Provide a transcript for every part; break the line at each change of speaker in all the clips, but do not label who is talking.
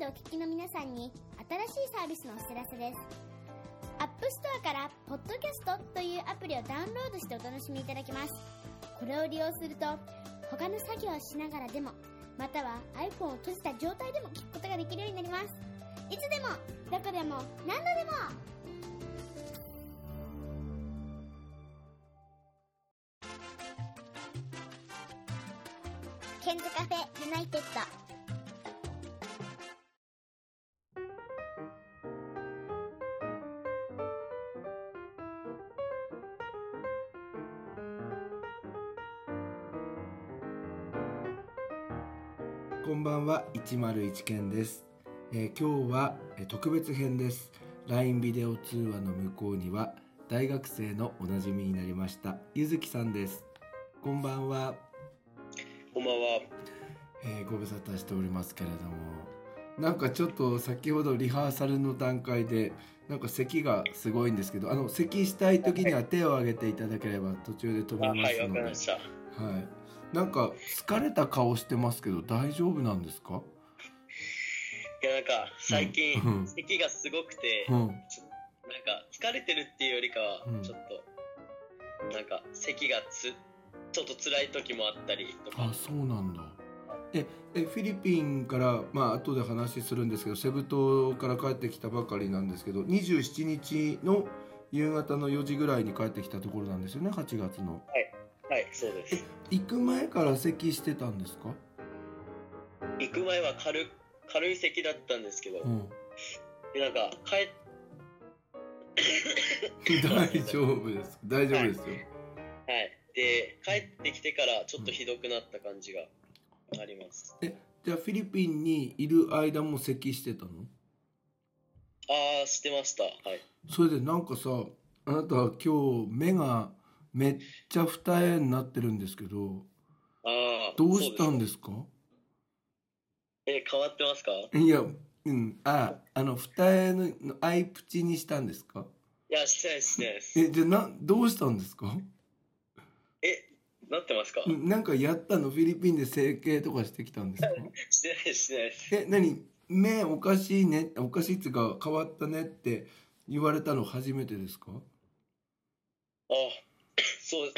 お聞きの皆さんに新しいサービスのお知らせです。App Store から「Podcast」というアプリをダウンロードしてお楽しみいただけます。これを利用すると他の作業をしながらでもまたは iPhone を閉じた状態でも聞くことができるようになります。いつでもどこでも何度でもケンズカフェユナイテッド
こんばんは101件です、えー今日はえー特別編です LINE ビデオ通話の向こうには大学生のおなじみになりましたゆずきさんですこんばんは、
こんばんは。
えーご無沙汰しておりますけれどもなんかちょっと先ほどリハーサルの段階でなんか咳がすごいんですけどあの咳したい時には手を挙げていただければ途中で止
あ
めま
はい、
す
わ
の
か
で
りました。
はいなんか疲れた顔してますけど大丈夫なんですか
いや、なんか、最近
うん、
咳がすごくて、
う
なん
ん
か、疲れてるっていうよりかは
うん、
ちょっと、なんか、咳がつ、ちょっと辛い時もあったりとか
あ、そうなんだええフィリピンからまあ後で話するんですけどセブ島から帰ってきたばかりなんですけど27日の夕方の4時ぐらいに帰ってきたところなんですよね8月の
はい、そうです。
行く前から咳してたんですか
行く前は軽、軽い咳だったんですけど
う、ん
でなんか、帰っ、
大丈夫です大丈夫ですよ、
はい。で、帰ってきてから、ちょっとひどくなった感じがあります。
じゃあフィリピンにいる間も咳してたの
あー、してました。はい。
それでなんかさあなたは今日目がめっちゃ二重になってるんですけど
あー、
どうした
そ
ん
で
ですか
すえ、変わってますか
いや、うん、あ、あの、二重のアイプチにしたんですか
いや、してないです、してないです。
え、じゃあな、どうしたんですか
え、なってますか
んなんかやったのフィリピンで整形とかしてきたんですか
してないです、してないです。
え、何目おかしいね、おかしいっていうか変わったねって言われたの初めてですか
あ、そう、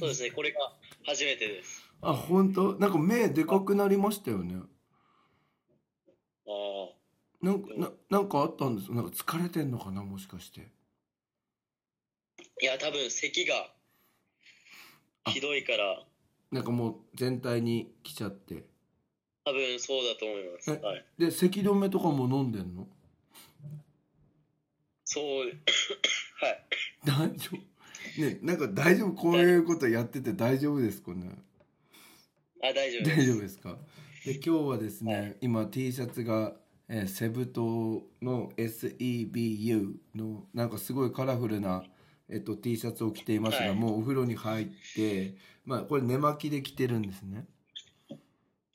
そうですね、これが初めてです。
あ、本当なんか目でかくなりましたよね。
ああ、
なんか、ななんかあったんですかなんか疲れてんのかなもしかして。
いや、多分咳がひどいから、
なんかもう全体に来ちゃって。
多分そうだと思います。
え
はい。
で、咳止めとかも飲んでんの
そう、 はい。
大丈夫ねなんか大丈夫こういうことやってて大丈夫ですかね
あ、大丈夫です。
大丈夫ですかで今日はですね、今 T シャツが、えーセブ島の SEBU のなんかすごいカラフルな、えっと、T シャツを着ていますが、
はい
もうお風呂に入って、まあ、これ寝巻きで着てるんですね。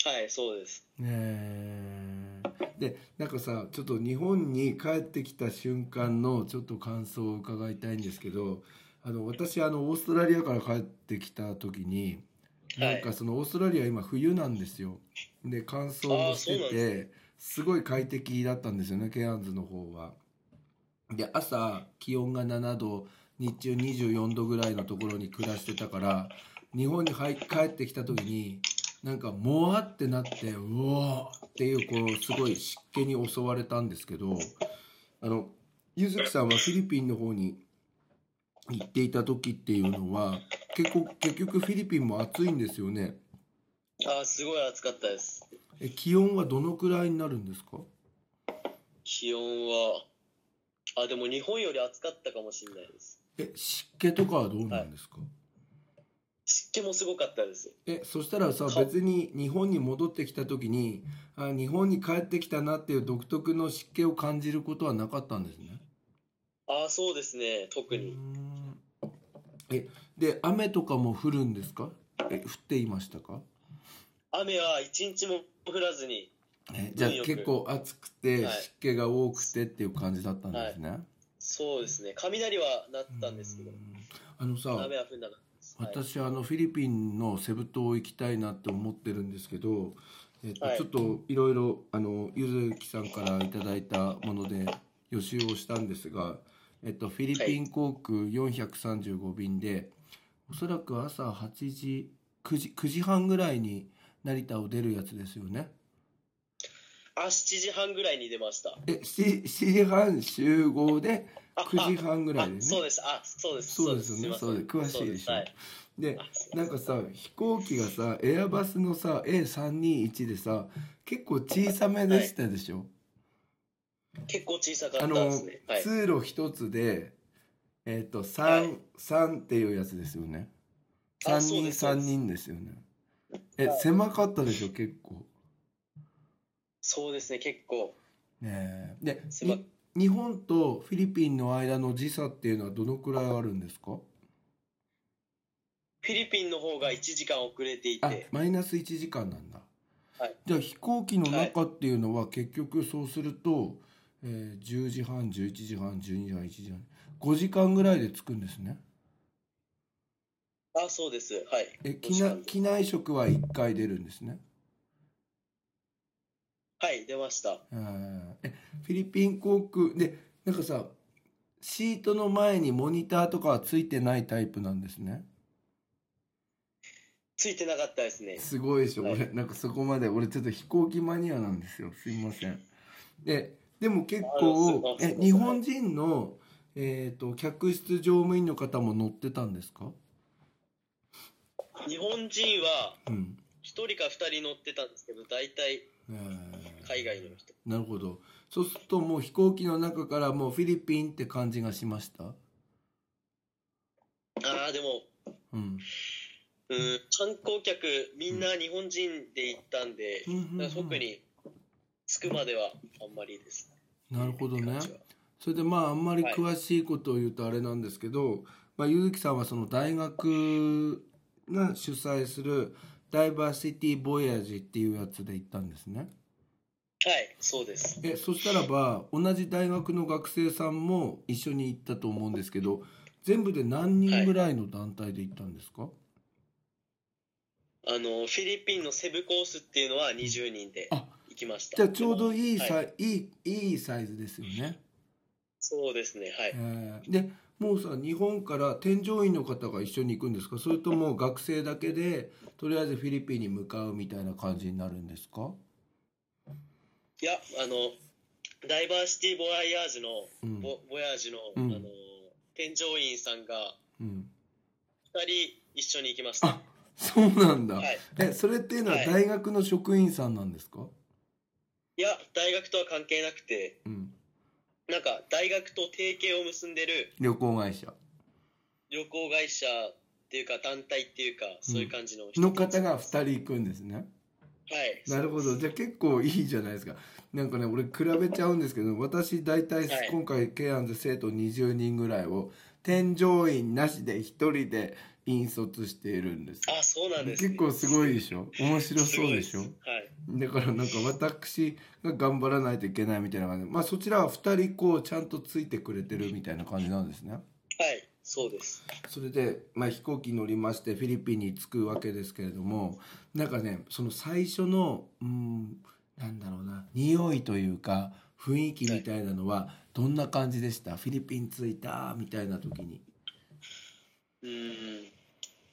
はい、そうです。
ねえでなんかさちょっと日本に帰ってきた瞬間のちょっと感想を伺いたいんですけどあの私あのオーストラリアから帰ってきた時に
は
なん
い。
かそのオーストラリア今冬なんですよで乾燥もして
あーそうなん
てすごい快適だったんですよねケアンズの方は。で朝気温が7度日中24度ぐらいのところに暮らしてたから日本に入っ帰ってきた時になんかもわってなってうわーっていうこうすごい湿気に襲われたんですけどあのゆずきさんはフィリピンの方に行っていた時っていうのは結構結局フィリピンも暑いんですよね
あー、すごい暑かったです。
え気温はどのくらいになるんですか
気温は、あ、でも日本より暑かったかもしれないです。
え湿気とかはどうなんですか、
湿気もすごかったです。
えそしたらさ
そう
別に日本に戻ってきた時にあ日本に帰ってきたなっていう独特の湿気を感じることはなかったんですね
あー、そうですね、特
うー
に。
んえで雨とかも降るんですかえ降っていましたか
雨は一日も降らずに、
えじゃあ
運よく
結構暑くて
はい
湿気が多くてっていう感じだったんですね、
そうですね、雷は鳴ったんですけど
うー、あのさ
雨は降んなかったです。はい
私あのフィリピンのセブ島行きたいなって思ってるんですけどえっと
はい
ちょっといろいろあのゆずきさんからいただいたもので予習をしたんですが、えっと、フィリピン航空435便で、おそらく朝8時9時 ,9 時半ぐらいに成田を出るやつですよね。
あ、7時半ぐらいに出ました。
え 7, 時半集合で
あ
9時半ぐらいで
あ
ね。
そうです。あ、そうです。
そうですよね
そうです。
そうです詳
すいません
しいでしょ
そうはい
で
あすいま
なんかさ飛行機がさエアバスのさ A321 でさ結構小さめでしたでしょ、
せん結構小さか
あ
った
の、
ですね。はい。
通路一つでえっ、と
は
三
い
三、っていうやつですよね三
あそう
人
です
三人ですよねえ、
はい
狭かったでしょ結構
そうですね、結構。
ねえで
狭
に日本とフィリピンの間の時差っていうのはどのくらいあるんですか
フィリピンの方が1時間遅れてい
あ
て、
マイナス1時間なんだ、
はい
じゃあ飛行機の中っていうのは結局そうすると、えー10時半11時半12時半1時半5時間ぐらいで着くんですね
あ、そうです。はい。
え
5
機
時
内
間
機内食は1回出るんですね
はい、出ました。
あーえフィリピン航空でなんかさシートの前にモニターとかはついてないタイプなんですね
ついてなかったですね。
すごいでしょ、
はい
俺なんかそこまで俺ちょっと飛行機マニアなんですよすいませんででも結構
あそう
え
か
日本人の、えー、と客室乗務員の方も乗ってたんですか、
日本人は
うん
1人か2人乗ってたんですけど、大体
えー
海外の人。
なるほどそうするともう飛行機の中からもうフィリピンって感じがしました
ああ、でも、
うん
うん、観光客みんな日本人で行ったんで、だから特に着くまではあんまりですね。
なるほどね
感じは
それでまああんまり詳しいことを言うとあれなんですけど、まあ、ゆずきさんはその大学が主催するダイバーシティ・ボヤージっていうやつで行ったんですね。
はい、そうです。
えそしたらば同じ大学の学生さんも一緒に行ったと思うんですけど全部で何人ぐらいの団体で行ったんですか、
あの、フィリピンのセブコースっていうのは20人で
あ
行きました。
じゃあちょうどいいサイ,、、
はい
いいいいサイズですよね。
そうですね、はい。
えーでもうさ日本から添乗員の方が一緒に行くんですかそれとも学生だけでとりあえずフィリピンに向かうみたいな感じになるんですか、
いや、あの、ダイバーシティボヤージュの、
うん
ボボヤージュの、
うん
あの、添乗員さんが
うん、
2人一緒に行きました。
あそうなんだ、
はい。
えそれっていうのは
はい
大学の職員さんなんですか、
いや、大学とは関係なくて、
うん、
なんか、大学と提携を結んでる
旅行会社
旅行会社っていうか、団体っていうか、そういう感じの人
の方が2人行くんですね
はい。
なるほどじゃあ結構いいじゃないですかなんかね俺比べちゃうんですけど私大体
はい
今回ケアンズ生徒20人ぐらいを添乗員なしで1人で引率しているんです
あ、そうなんです、ね。
結構すごいで
し
しょ面白そうでしょ
はい。
だからなんか私が頑張らないといけないみたいな感じでまあそちらは2人こうちゃんとついてくれてるみたいな感じなんですね
はい、そうです。
それで、まあ、飛行機乗りましてフィリピンに着くわけですけれどもなんかねその最初のうんなんだろうな匂いというか雰囲気みたいなのはどんな感じでしたフィリピン着いたみたいな時に
うーん。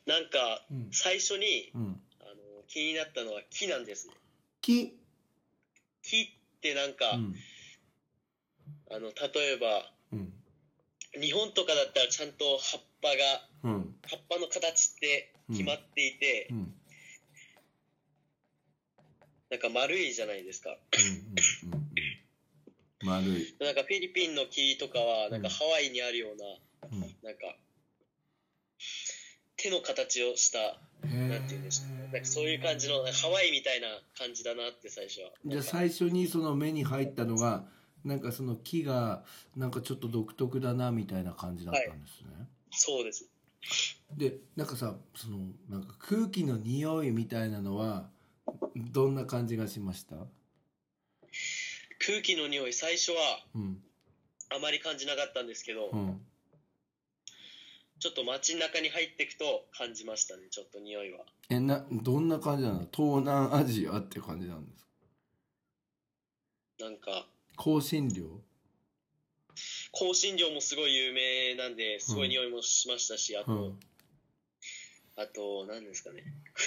なんか、
うん、
最初に、
うん、
あの、気になったのは木なんですね。
木、
木ってなんか、
うん
あの、例えば、
うん
日本とかだったらちゃんと葉っぱが、
うん
葉っぱの形って決まっていて、
うんうん
なんか丸いじゃないですか。
うんうんうんうん丸い、
なんかフィリピンの木とかは、なんかハワイにあるような、
うん、
なんか、手の形をした、なんていうんですか、なんかそういう感じの、なんかハワイみたいな感じだなって最初は。
じゃあ
なんか
最初にその目に入ったのがなんかその木がなんかちょっと独特だなみたいな感じだったんですね、
そうです。
でなんかさそのなんか空気の匂いみたいなのはどんな感じがしました
空気の匂い、最初は
うん
あまり感じなかったんですけど、
うん
ちょっと街中に入っていくと感じましたね、ちょっと匂いは。
えなどんな感じなの東南アジアって感じなんですか
なんか、
香辛料
香辛料もすごい有名なんで、すごい匂いもしましたし、あ
う
と、
ん
あと、何ですかね、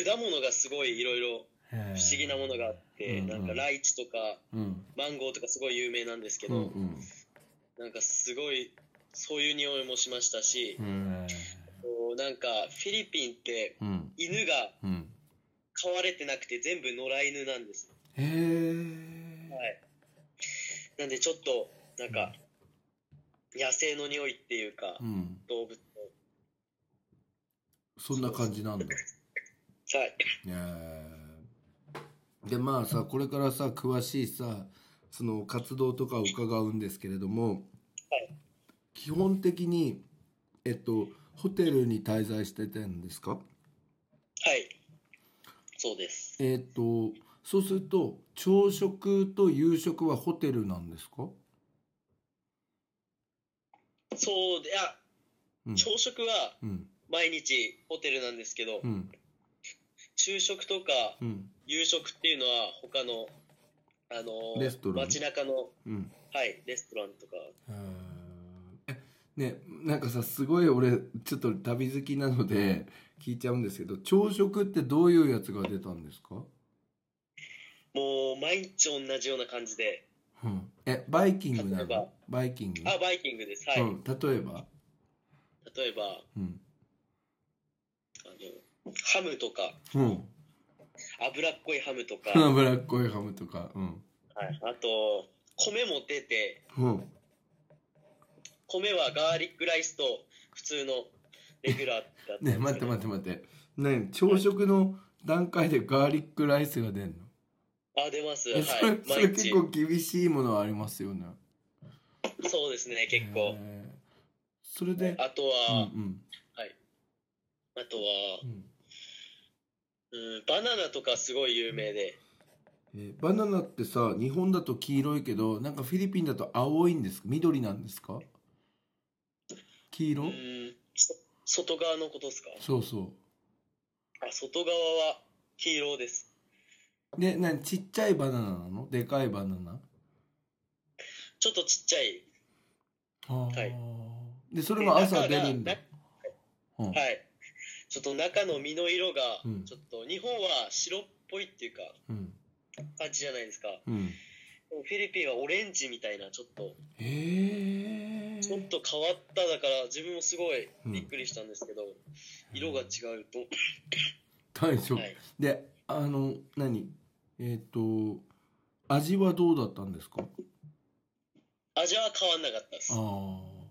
果物がすごいいろいろ
不
不思議なものがあって、
うん
なんかライチとか
うん
マンゴーとかすごい有名なんですけ
う
ど、
んうん
なんかすごい、そういう匂いもしましたし、
うん
こうなんかフィリピンって
うん
犬が
うん
飼われてなくて全部野良犬なんです。
へ
は
え
い。なんでちょっと、なんか、野生の匂いっていうか、
うん
動物の。
そんな感じなんだ
はい。
ねえでまあさこれからさ詳しいさその活動とかを伺うんですけれども、基本的にえっとホテルに滞在してたんですか
はい。そうです。
えっとそうすると朝食と夕食はホテルなんですか、
そうで、あ、
うん、
朝食は
うん
毎日ホテルなんですけど、
うん
昼食とか
うん
夕食っていうのは他の、あのー
レストラン
街中の、
うん
はい、レストランとか。
えねなんかさすごい俺ちょっと旅好きなので聞いちゃうんですけど朝食ってどういうやつが出たんですか、
もう毎日同じような感じで。
うん、えバイキングな
例えば
のバイキング、
あ、バイキングです。はい。
うん、例えば、
例えば、あ
うん
の、ハムとか、
うん、
脂っこいハム とか、
脂っこいハムとかうん
はい、あと米も出て
うん
米はガーリックライスと普通のレギュラーだったんで
ね
すけど
待って待って待ってね朝食の段階でガーリックライスが出るの
あ出ますは
え
い
それそれ
毎日
結構厳しいものはありますよね
そうですね結構
へえそれで
あと
うん
は、
うん
あとは
う、ん
うん、バナナとかすごい有名で
えーバナナってさ日本だと黄色いけどなんかフィリピンだと青いんですか緑なんですか黄
う
色
んそ外側のことですか
そうそ
あ外側は黄色です
うでなんちっちゃいバナナなのでかいバナナ
ちょっとちっちゃい
は
はい
でそれも朝
で
出
中が
るんだ
な
うん
はいちょっと中の実の色が
うん
ちょっと日本は白っぽいっていうか
うん
感じじゃないですか
うん
でもフィリピンはオレンジみたいなちょっと
へえ
ちょっと変わっただから自分もすごいびっくりしたんですけど、色が違うと、
大丈夫
はい
であの何えっ、と味はどうだったんですか
味は変わんなかったです
ああ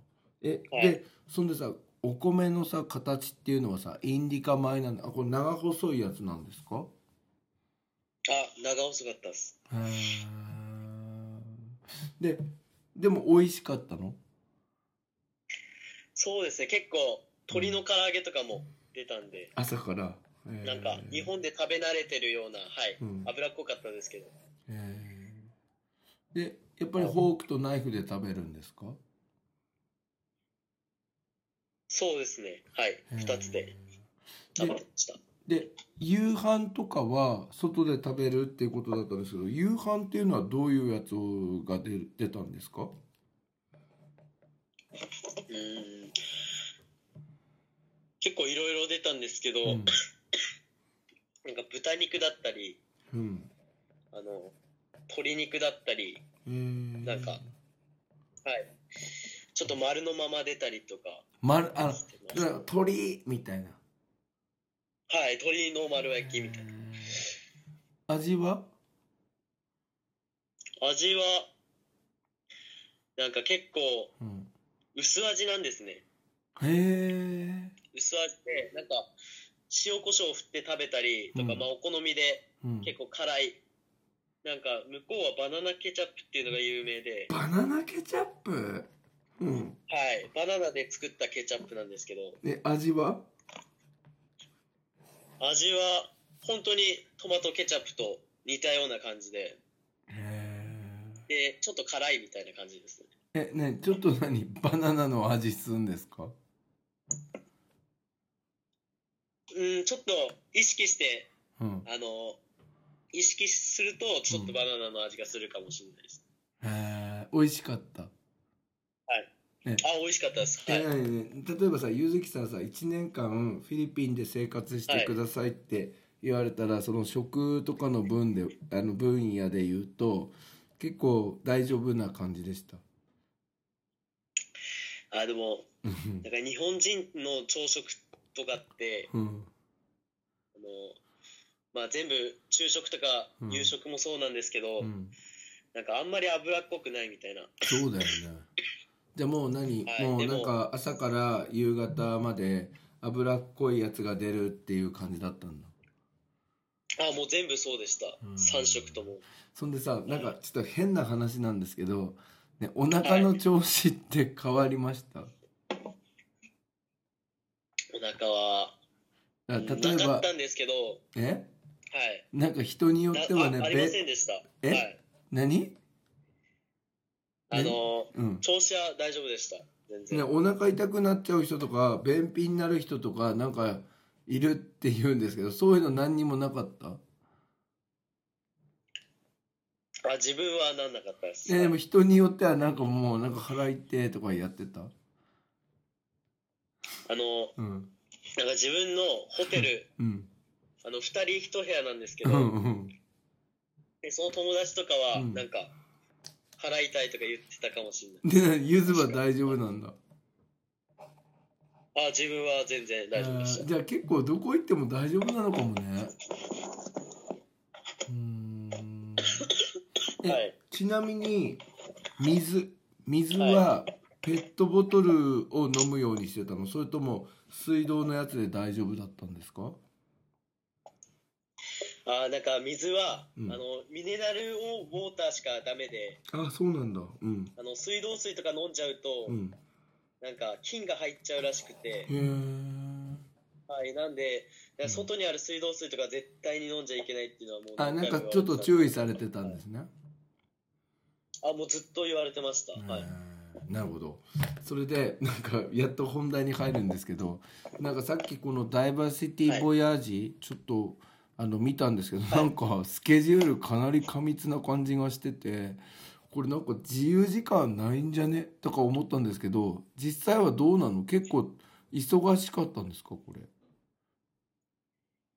え、
はい
でそんでさお米のさ形っていうのはさインディカ米なんだあこれ長細いやつなんですか
あ長細かったです
へえででも美味しかったの
そうですね結構鶏の唐揚げとかも出たんで
朝から、へー
なんか日本で食べ慣れてるようなはい
うん
脂っこかったですけど
へーでやっぱりフォークとナイフで食べるんですか
そうですねはい2つで
へー
食べてました
で夕飯とかは外で食べるっていうことだったんですけど夕飯っていうのはどういうやつが出る出たんですか
うーん結構いろいろ出たんですけど、
うん
なんか豚肉だったり
うん
あの鶏肉だったり
な
なんかはい。ちょっと丸のまま出たりとか。
丸あ
してます
の鳥みたいな
はい、鳥の丸焼きみたい
な味は
な。味は、なんか結構
うん
薄味なんですね。
へえ
薄味で、なんか塩コショウ振って食べたりとか、
うん
まあお好みで
うん
結構辛い。なんか向こうはバナナケチャップっていうのが有名で、
バナナケチャップうん
はい、バナナで作ったケチャップなんですけど、
え味は
味は本当にトマトケチャップと似たような感じで、
へ
で、ちょっと辛いみたいな感じですね。
ええねちょっと何バナナの味するんですか
うん、ちょっと意識して、
うん。
あの、意識すると、ちょっとバナナの味がするかもしれないです。
へえ、美味しかった。
あ、美味しかったです。は
え
い。
何々例えばさ、ゆずきさんさ、1年間フィリピンで生活してくださいって言われたら、その食とかの分で、あの分野で言うと、結構大丈夫な感じで した。
あ、でも、
うん
なんか日本人の朝食とかって、
うん。
あの、まあ全部昼食とか
うん
夕食もそうなんですけど、
うん。
なんかあんまり脂っこくないみたいな。
そうだよね。じゃあもう何、
はい
もう
でも
なんか朝から夕方まで脂っこいやつが出るっていう感じだったんだ。
あ、もう全部そうでした
う。ん
3食とも。
そんでさ、なんかちょっと変な話なんですけど、ね、お腹の調子って変わりました、
お腹は、
だ
うん
か
な
ら例え
かっ
ば、
たんですけど、は
え
い。
なんか人によってはね、
なあありません
べ
でした。
え
はい。
何
あの、
うん。
調子は大丈夫でした。全然。
ね、お腹痛くなっちゃう人とか、便秘になる人とか、なんかいるって言うんですけど、そういうの何にもなかった
あ、自分はなんなかったです。
えでも人によってはなんかもうなんか腹痛いとかやってた
あの、
うん
なんか自分のホテル、
うん
あの、二人一部屋なんですけ
う
ど、
んうん
でその友達とかは、
うん
なんか、払いたいとか言ってたかもしれない。
でゆずは大丈夫なんだ
あ、自分は全然大丈夫でし
えー
た。
じゃあ結構どこ行っても大丈夫なのかもねうーんえ
はい。
ちなみに水水はペットボトルを飲むようにしてたのそれとも水道のやつで大丈夫だったんですか
あ、なんか水は、
うん
あの、ミネラルウォーターしかダメで、
あそうなんだうん
あの、水道水とか飲んじゃうと、
うん
なんか、菌が入っちゃうらしくて、
へえ
はい、なんで、
うん
外にある水道水とか絶対に飲んじゃいけないっていうのはもう
あなん
何回も
か
言われて
ちょっと
た
注意されてたんですね
あ、もうずっと言われてました。はい。
うんなるほどそれでなんかやっと本題に入るんですけどなんかさっきこの「ダイバーシティ・ボヤージ」ちょっとあの見たんですけど、なんかスケジュールかなり過密な感じがしててこれなんか自由時間ないんじゃねとか思ったんですけど実際はどうなの結構忙しかったんですかこれ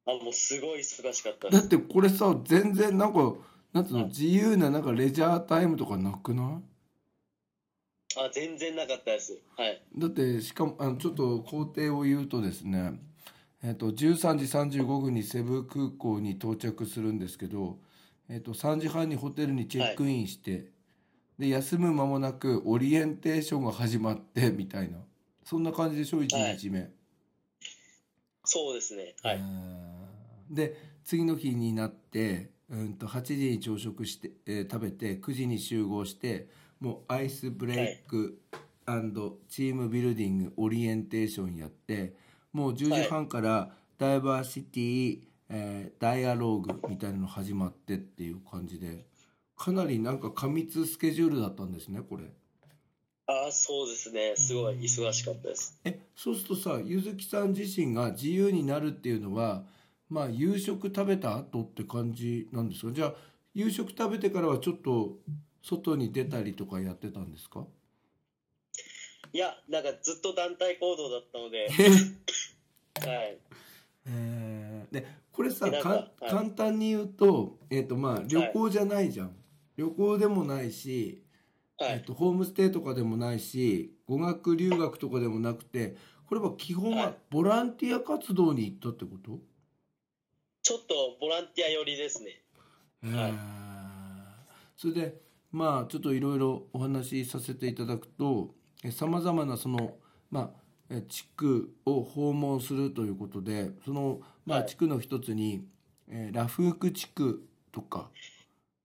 あ、もうすごい忙しかったで
だ
す
ってこれさ全然なんかなんつうの自由ななんかレジャータイムとかなくない
あ、全然なかったです。はい。
だってしかもあのちょっと工程を言うとですね、えっと13時35分にセブ空港に到着するんですけど、えっと3時半にホテルにチェックインして、で休む間もなくオリエンテーションが始まってみたいなそんな感じでしょ1日目。
そうですね。は
う
い。
んで次の日になって、うん、と8時に朝食して、えー食べて9時に集合してもうアイスブレイクチームビルディングオリエンテーションやってもう10時半からダイバーシティ、えーダイアローグみたいなの始まってっていう感じでかなりなんか過密スケジュールだったんですねこれ。
あ、そうですね。すごい忙しかったです。
えそうするとさゆずきさん自身が自由になるっていうのはまあ夕食食べた後って感じなんですかじゃあ夕食食べてからはちょっと外に出たりとかやってたんですか
いや、なんかずっと団体行動だった ので、はい。
えーでこれさ
な
か
んか
ん
はい
簡単に言うと,、えーとまあ、旅行じゃないじゃん、旅行でもないし、
は
えー、
い。
とホームステイとかでもないし語学留学とかでもなくてこれは基本
は
はいボランティア活動に行ったってこと、
ちょっとボランティア寄りですね。は
へ
い
ーそれでまあちょっといろいろお話しさせていただくとさまざまなその、まあ、え地区を訪問するということでその、まあ、
はい
地区の一つに、えーラフーク地区とか、
はい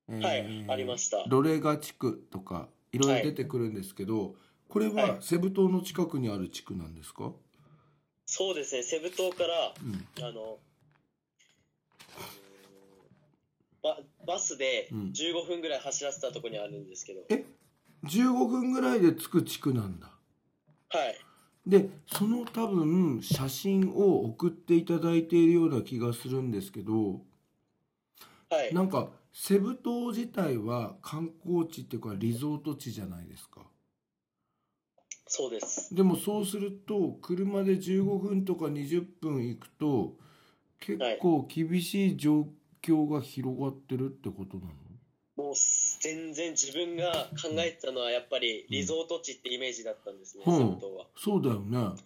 え。ー
ありました。
ロレガ地区とかいろいろ出てくるんですけど、これ
はい
はセブ島の近くにある地区なんですか、
そうですね。セブ島から、
うん
あの、ババスで
うん
15分ぐらい走らせたとこにあるんですけど、
え15分ぐらいで着く地区なんだ
はい。
でその多分写真を送っていただいているような気がするんですけど
はい。
なんかセブ島自体は観光地っていうかリゾート地じゃないですか
そうです。
でもそうすると車で15分とか20分行くと結構厳しい状況が広がってるってことなの、
もう全然自分が考えてたのはやっぱりリゾート地ってイメージだったんですね、
うん
セブ島は。
そうだよね、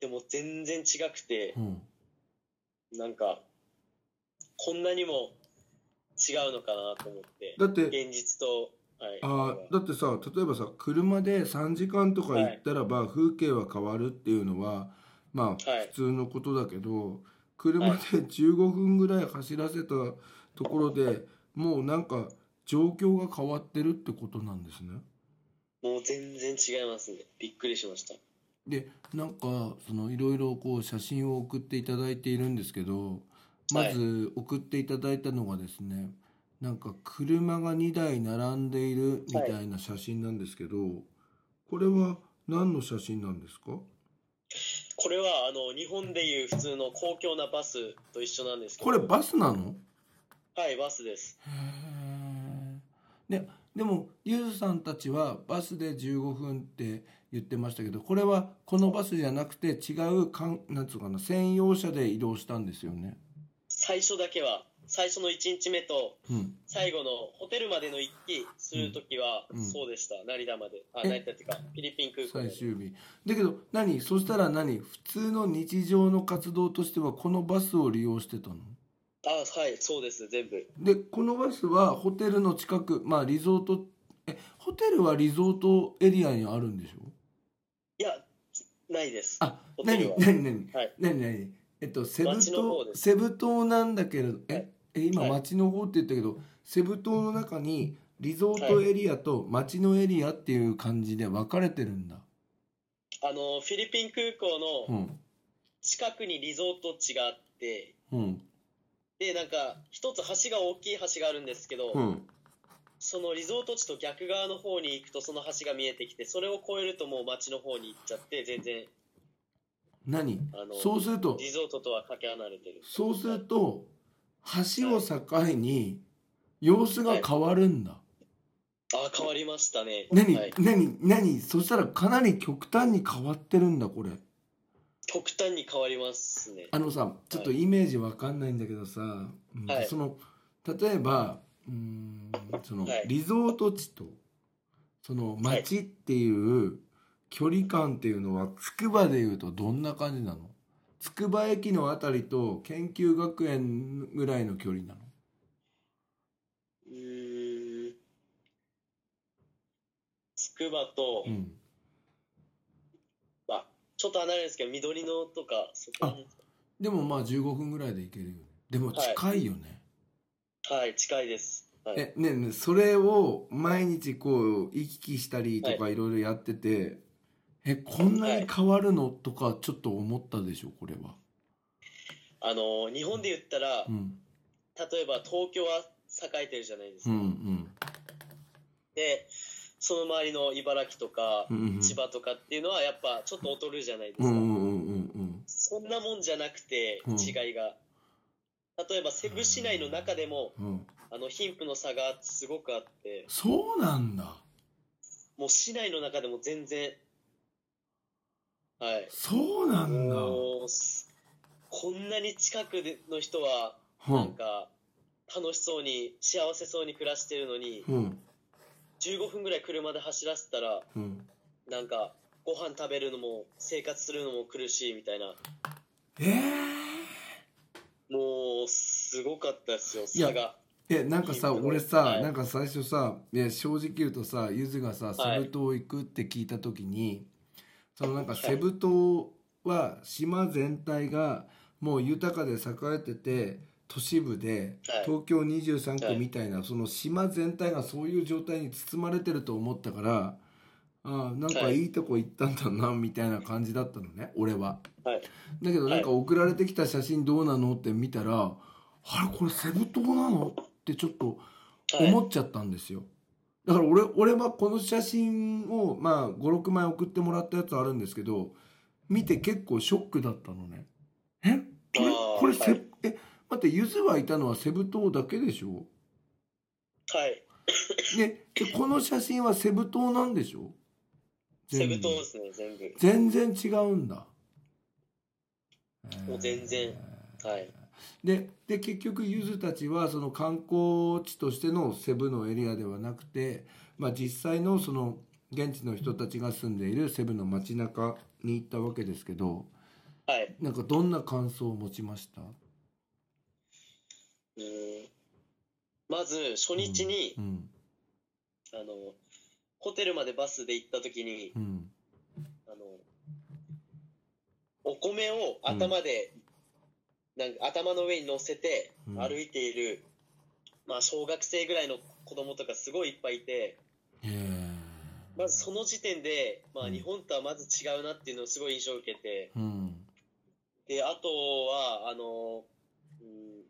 でも全然違くて
う、ん、
なんか、こんなにも違うのかなと思って、
だって
現実と、はい。
あーだってさ例えばさ車で3時間とか行ったらば風景は変わるっていうのはまあ
はい
普通のことだけど車で15分ぐらい走らせたところでもうなんか状況が変わってるってことなんですね。
もう全然違いますね。びっくりしました。
でなんかそのいろいろこう写真を送っていただいているんですけどまず送っていただいたのがですね、なんか車が2台並んでいるみたいな写真なんですけど、これは何の写真なんですか
これはあの日本でいう普通の公共なバスと一緒なんですけど
これバスなの
はいバスです
へーででもゆずさんたちはバスで15分って言ってましたけどこれはこのバスじゃなくて違うかんなんつうかな専用車で移動したんですよね。
最初だけは最初の1日目と
うん、
最後のホテルまでの行き来する時は、
うん
そうでした成田まであ
え
成田っていうかフィリピン空港ま
最
で
終日だけど何そしたら何普通の日常の活動としてはこのバスを利用してたの
あはいそうです全部
でこのバスはホテルの近くまあリゾートえホテルはリゾートエリアにあるんでしょ
いやないです
あ
ホテ
何
ルは
何何
はい
何何えっとセブ
町の方
島
です
セブ島なんだけれどええ今
はい
町の方って言ったけどセブ島の中にリゾートエリアと町のエリアっていう感じで分かれてるんだ、
あのフィリピン空港
う
の
ん
近くにリゾート地があって
うん
でなんか一つ橋が大きい橋があるんですけど、
うん
そのリゾート地と逆側の方に行くとその橋が見えてきてそれを越えるともう町の方に行っちゃって全然
何
あの
そうすると
リゾートとはかけ離れてる
そうすると橋を境に様子が変わるんだ、
あ変わりましたね
何、
はい、
何何そしたらかなり極端に変わってるんだこれ
極端に変わりますね
あのさちょっとイメージわかんないんだけどさ、うん
はい
その例えばうんその、
はい
リゾート地とその町っていう距離感っていうのは筑波でいうとどんな感じなの筑波駅のあたりと研究学園ぐらいの距離なの
うーん筑波と、
うん
まあ、ちょっと離れるんですけど緑野とかそこら
でもまあ15分ぐらいで行けるよねでも近いよね、
辺はい近いです、はい、
えねえねえそれを毎日こう行き来したりとかいろいろやってて、えこんなに変わるのとかちょっと思ったでしょこれは、
あの日本で言ったら、
うん、
例えば東京は栄えてるじゃないです
う
か、
んうん
でその周りの茨城とか
うんうん
千葉とかっていうのはやっぱちょっと劣るじゃないです
う
か、
んうんうんうんうん
そんなもんじゃなくて
うん
違いが、例えばセブ市内の中でも
うん
あの貧富の差がすごくあって
そうなんだ
もう市内の中でも全然はい
そうなんだ
もうすこんなに近くでの人は
う
なん
ん
か楽しそうに幸せそうに暮らしてるのに
うん
15分ぐらい車で走らせたら
うん
なんかご飯食べるのも生活するのも苦しいみたいな
えー、
もうすごかったですよ
いや
差が
えなんかさ俺さ、
はい
なんか最初さいや正直言うとさゆずがさ
はい
セブ島行くって聞いた時に、そのなんかセブ島は島全体がもう豊かで栄えてて都市部で
はい
東京23
は
区
い
みたいな、その島全体がそういう状態に包まれてると思ったからああなんか
はい
いいとこ行ったんだなみたいな感じだったのね俺は。
はい
だけどなんか送られてきた写真どうなのって見たら、あれこれセブ島なのってちょっと
はい
思っちゃったんですよ。だから俺俺はこの写真をまあ56枚送ってもらったやつあるんですけど見て結構ショックだったのねえこれ
あー
これせ、
はい
え待ってゆずはいたのはセブ島だけでしょ
はい。
ねでこの写真はセブ島なんでしょ
セ
全部
ブ島ですね、全部。
全然違うんだ
もう全然はい。
でで結局ゆずたちはその観光地としてのセブのエリアではなくて、まあ、実際のその現地の人たちが住んでいるセブの街中に行ったわけですけど
はい。
なんかどんな感想を持ちました、
うーんまず、初日に
う、ん
あの、ホテルまでバスで行った時に、
うん、
あの、お米を頭で、なんか頭の上に乗せて
うん
歩いている、まあ小学生ぐらいの子供とかすごいいっぱいいて、
へえ
まずその時点で、ま
う
あ
ん
日本とはまず違うなっていうのをすごい印象を受けて、
うん
で、あとは、あの、うん、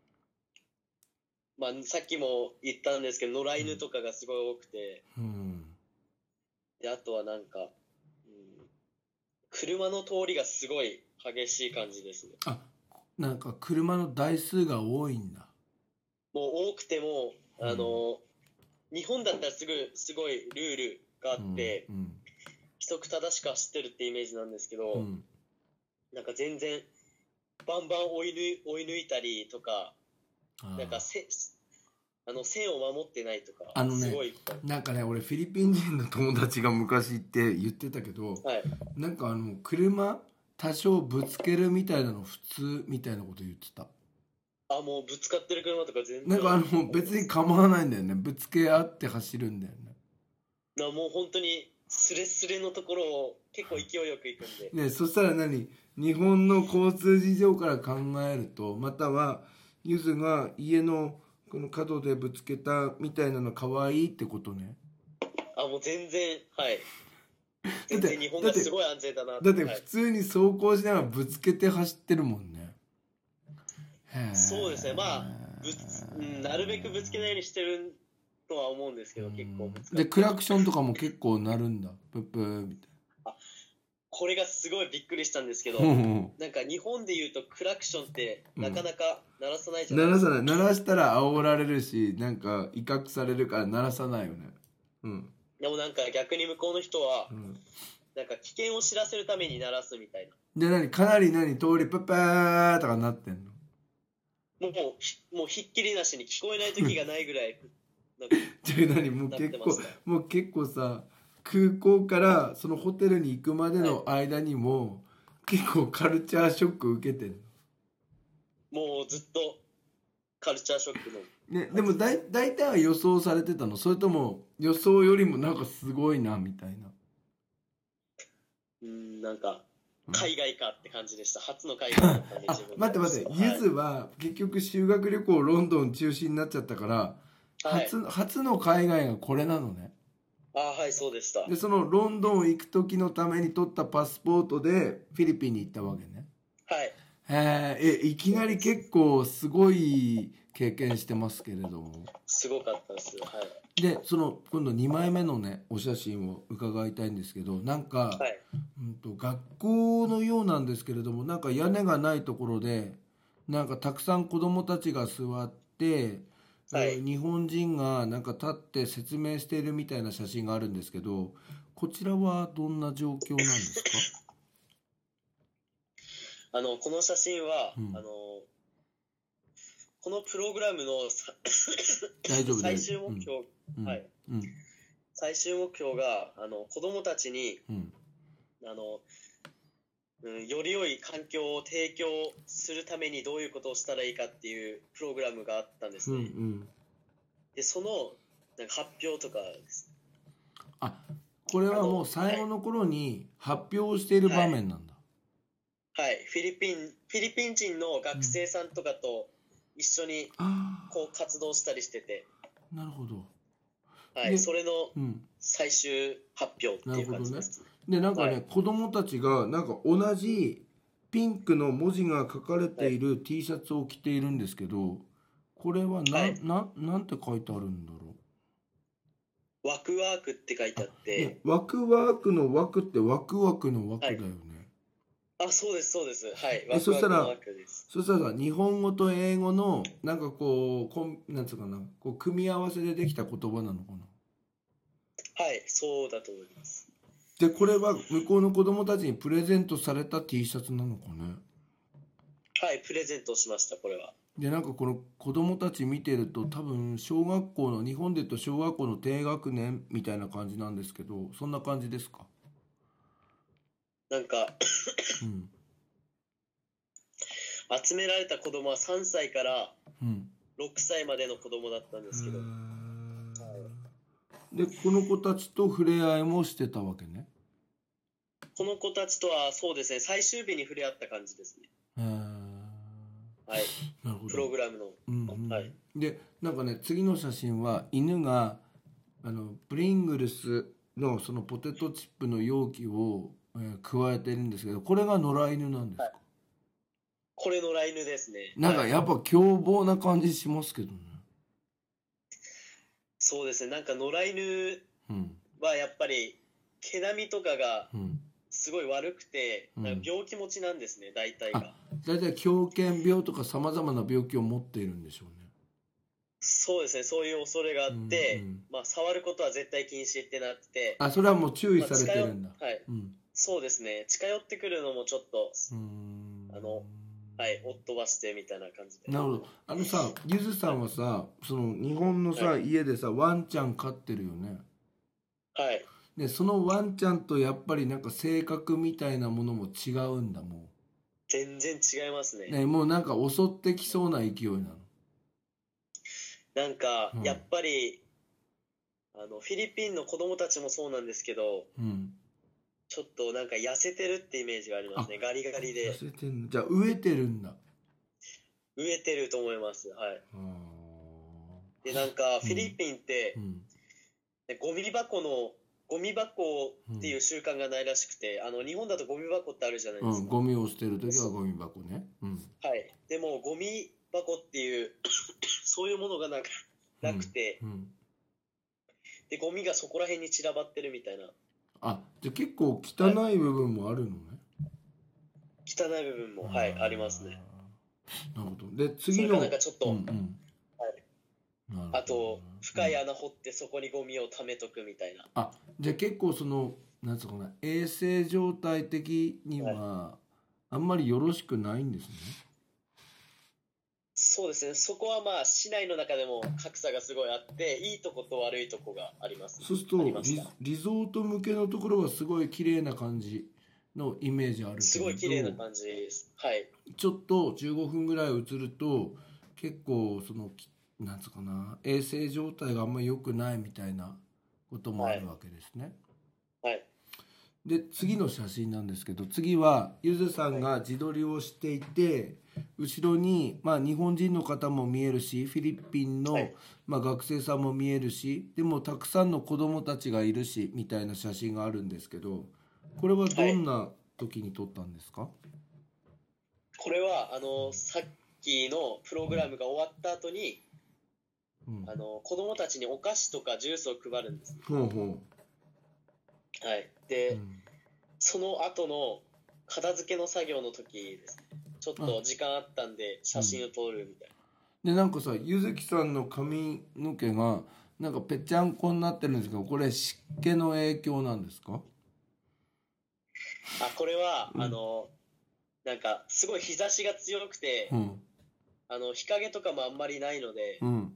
まあさっきも言ったんですけど、野良犬とかがすごい多くて、
うん
で、あとはなんか、うん、車の通りがすごい激しい感じですね。
あなんか車の台数が多いんだ
もう多くても、
うん
あの、日本だったらすぐ、すごいルールがあって、
うん
規則正しく走ってるってイメージなんですけど、
うん
なんか全然、バンバン追い抜い追い抜いたりとか、
あー
なんかせ、あの、線を守ってないとか、
あのね
すごいいっぱい。
なんかね俺フィリピン人の友達が昔行って言ってたけど
はい。
なんかあの車多少ぶつけるみたいなの普通みたいなこと言ってた
あ、もうぶつかってる車とか全然。
なんかあの別に構わないんだよねぶつけ合って走るんだよ
なもう本当に、スレスレのところを結構勢いよく行くんで。
ねねそしたら何日本の交通事情から考えるとまたはゆずが家のこの角でぶつけたみたいなの可愛いってことね
あ、もう全然、はい。
て
全然日本がすごい安全だな
だって
はい
普通に走行しながらぶつけて走ってるもんねへー
そうですねまあぶつうんなるべくぶつけないようにしてるとは思うんですけど結構ぶつか
で
る
クラクションとかも結構鳴るんだプップーみたい
これがすごいびっくりしたんですけど
なうんうん
なんか日本でいうとクラクションってなかなか鳴らさないじゃない
鳴
で
ら
す
さ
か、
ない鳴らしたら煽られるしなんか威嚇されるから鳴らさないよねうん
でもなんか逆に向こうの人は
うん
なんか危険を知らせるために鳴らすみたい
で何かなり何通りプップーとかなってんの
なもうひもうひっきりなしに聞こえない時がないぐらいなんか
じゃあ 何もう
なって
結
ま
構
した
もう結構さ空港からそのホテルに行くまでの間にも、結構カルチャーショック受けてんの
もうずっとカルチャーショックの
ね、でもだい大体は予想されてたのそれとも予想よりもなんかすごいなみたいな
うんなんか
うん
海外かって感じでした初の海外だったんで
あ
自分
待って待ってゆずは結局修学旅行ロンドン中止になっちゃったから、
はいはい
初初の海外がこれなのね
あはいそうでした
でそのロンドン行く時のために取ったパスポートでフィリピンに行ったわけね
はい
へーえいきなり結構すごい経験してますけれども
すごかったです。はい。
でその今度2枚目のねお写真を伺いたいんですけどなんか、
はい。
うんと学校のようなんですけれどもなんか屋根がないところでなんかたくさん子どもたちが座って、
はい
えー日本人がなんか立って説明しているみたいな写真があるんですけどこちらはどんな状況なんですか
あの、この写真は、
うん
あの、このプログラムのさ
大丈夫
最
大
終
丈夫
目標、
うん
はい。
うん
最終目標が、あの、子供たちに、
うん
あの、うん、より良い環境を提供するためにどういうことをしたらいいかっていうプログラムがあったんです
うんう
ね。
ん
で、その、なんか発表とかです、
あこれはもう最後の頃に発表している場面なんだ、
はい、フィリピン、フィリピン人の学生さんとかと一緒に
あ
こう活動したりしてて、
あなるほど
は
で
い、それの
うん
最終発表っていう感じです。
でなんかね、
はい
子供たちがなんか同じピンクの文字が書かれている T シャツを着ているんですけどこれはな,、
はい
ななんて書いてあるんだろ
ワクワークって書いてあっ
う、
て、
ね、ワクワークのワクってワクワクのワクだよね、
あ、そうです、そうです。はい。
えそしたら
ワクワクのワクです
そしたらさ日本語と英語のなんかこうこんなんつうかなこう組み合わせでできた言葉なのかな
はい、そうだと思います。
でこれは向こうの子供たちにプレゼントされた T シャツなのかね
はい、プレゼントしました、これは。
でなんかこの子供たち見てると多分小学校の日本で言うと小学校の低学年みたいな感じなんですけどそんな感じですか、
なんか、
うん
集められた子供は3歳から
うん、
6歳までの子供だったんですけど、
でこの子たちと触れ合いもしてたわけね
この子たちとはそうですね、最終日に触れ合った感じですね。
へー
はい、
なるほど
プログラムの。
うんうん
はい
でなんかね次の写真は犬があのプリングルスのそのポテトチップの容器を、えー、加えてるんですけどこれが野良犬なんですか、
これのライヌですね。
なんか
はい
やっぱ凶暴な感じしますけどね
そうですね、なんか野良犬
うん
はやっぱり毛並みとかが
うん
すごい悪くて、
うん
なんか病気持ちなんですね、大体が。
大体狂犬病とかさまざまな病気を持っているんでしょうね
そうですね、そういう恐れがあって、
うんうん
まあ、触ることは絶対禁止ってなってて、
あそれはもう注意
まあ
されてるんだ、
近寄はい、
うん
そうですね、近寄ってくるのもちょっと、
うーん
あのはい、おっ飛ばしてみたいな感じで。
なるほどあのさゆずさんはさその日本のさ、
は
家でさワンちゃん飼ってるよね
はい、
でそのワンちゃんとやっぱりなんか性格みたいなものも違うんだも
全然違います
う、
ね。
ね、もうなんか襲ってきそうな勢いなの
なんか
うん、
やっぱり、あの、フィリピンの子供たちもそうなんですけど、
うん
ちょっとなんか痩せてるってイメージがありますね。ガリガリで、
忘れてんのじゃあ飢えてるんだ
植えてると思います。はい。
あ
で、なんか、フィリピンって、
ーうん
でゴミ箱のゴミ箱っていう習慣がないらしくて、あの日本だとゴミ箱ってあるじゃないで
う
す
ん、
か、
ゴミを捨てる時はゴミ箱ね、うん、
はいでもゴミ箱っていう そういうものがなくなくて、
うん、
でゴミがそこら辺に散らばってるみたいな
あじゃあ結構汚い部分もあるのね、
汚い部分もはいありますね
なるほどで
そ
次
れが
の
なんかちょっと、
うんうん
は
なるほど
あと深い穴掘ってそこにゴミを溜めとくみたいな
あじゃあ結構そのなんつうのかな衛生状態的にはあんまりよろしくないんですね。
そうですねそこはまあ市内の中でも格差がすごいあっていいとこと悪いとこがあります
そうする
あ
と
りまし
リ
た
リゾート向けのところはすごい綺麗な感じのイメージあるけど
すごい綺麗な感じですはい
ちょっと15分ぐらい映ると結構そのきなんつうかな衛生状態があんまり良くないみたいなこともあるわけですね。
はい
で次の写真なんですけど次はゆずさんが自撮りをしていて後ろに、まあ、日本人の方も見えるしフィリピンの、
はい
まあ、学生さんも見えるしでもたくさんの子供たちがいるしみたいな写真があるんですけどこれはどんな時に撮ったんですか、
これはあのさっきのプログラムが終わった後に
うん、
あの子供たちにお菓子とかジュースを配るんです、
ほうほ
はい、
う、
で、
うん
その後の片付けの作業の時ですねちょっと時間あったんで写真を撮るみたい
でなんかさゆずきさんの髪の毛がなんかぺっちゃんこになってるんですけどこれ湿気の影響なんですか
な、あこれは、
うん
あのなんかすごい日差しが強くて、
うん
あの日陰とかもあんまりないので、
うん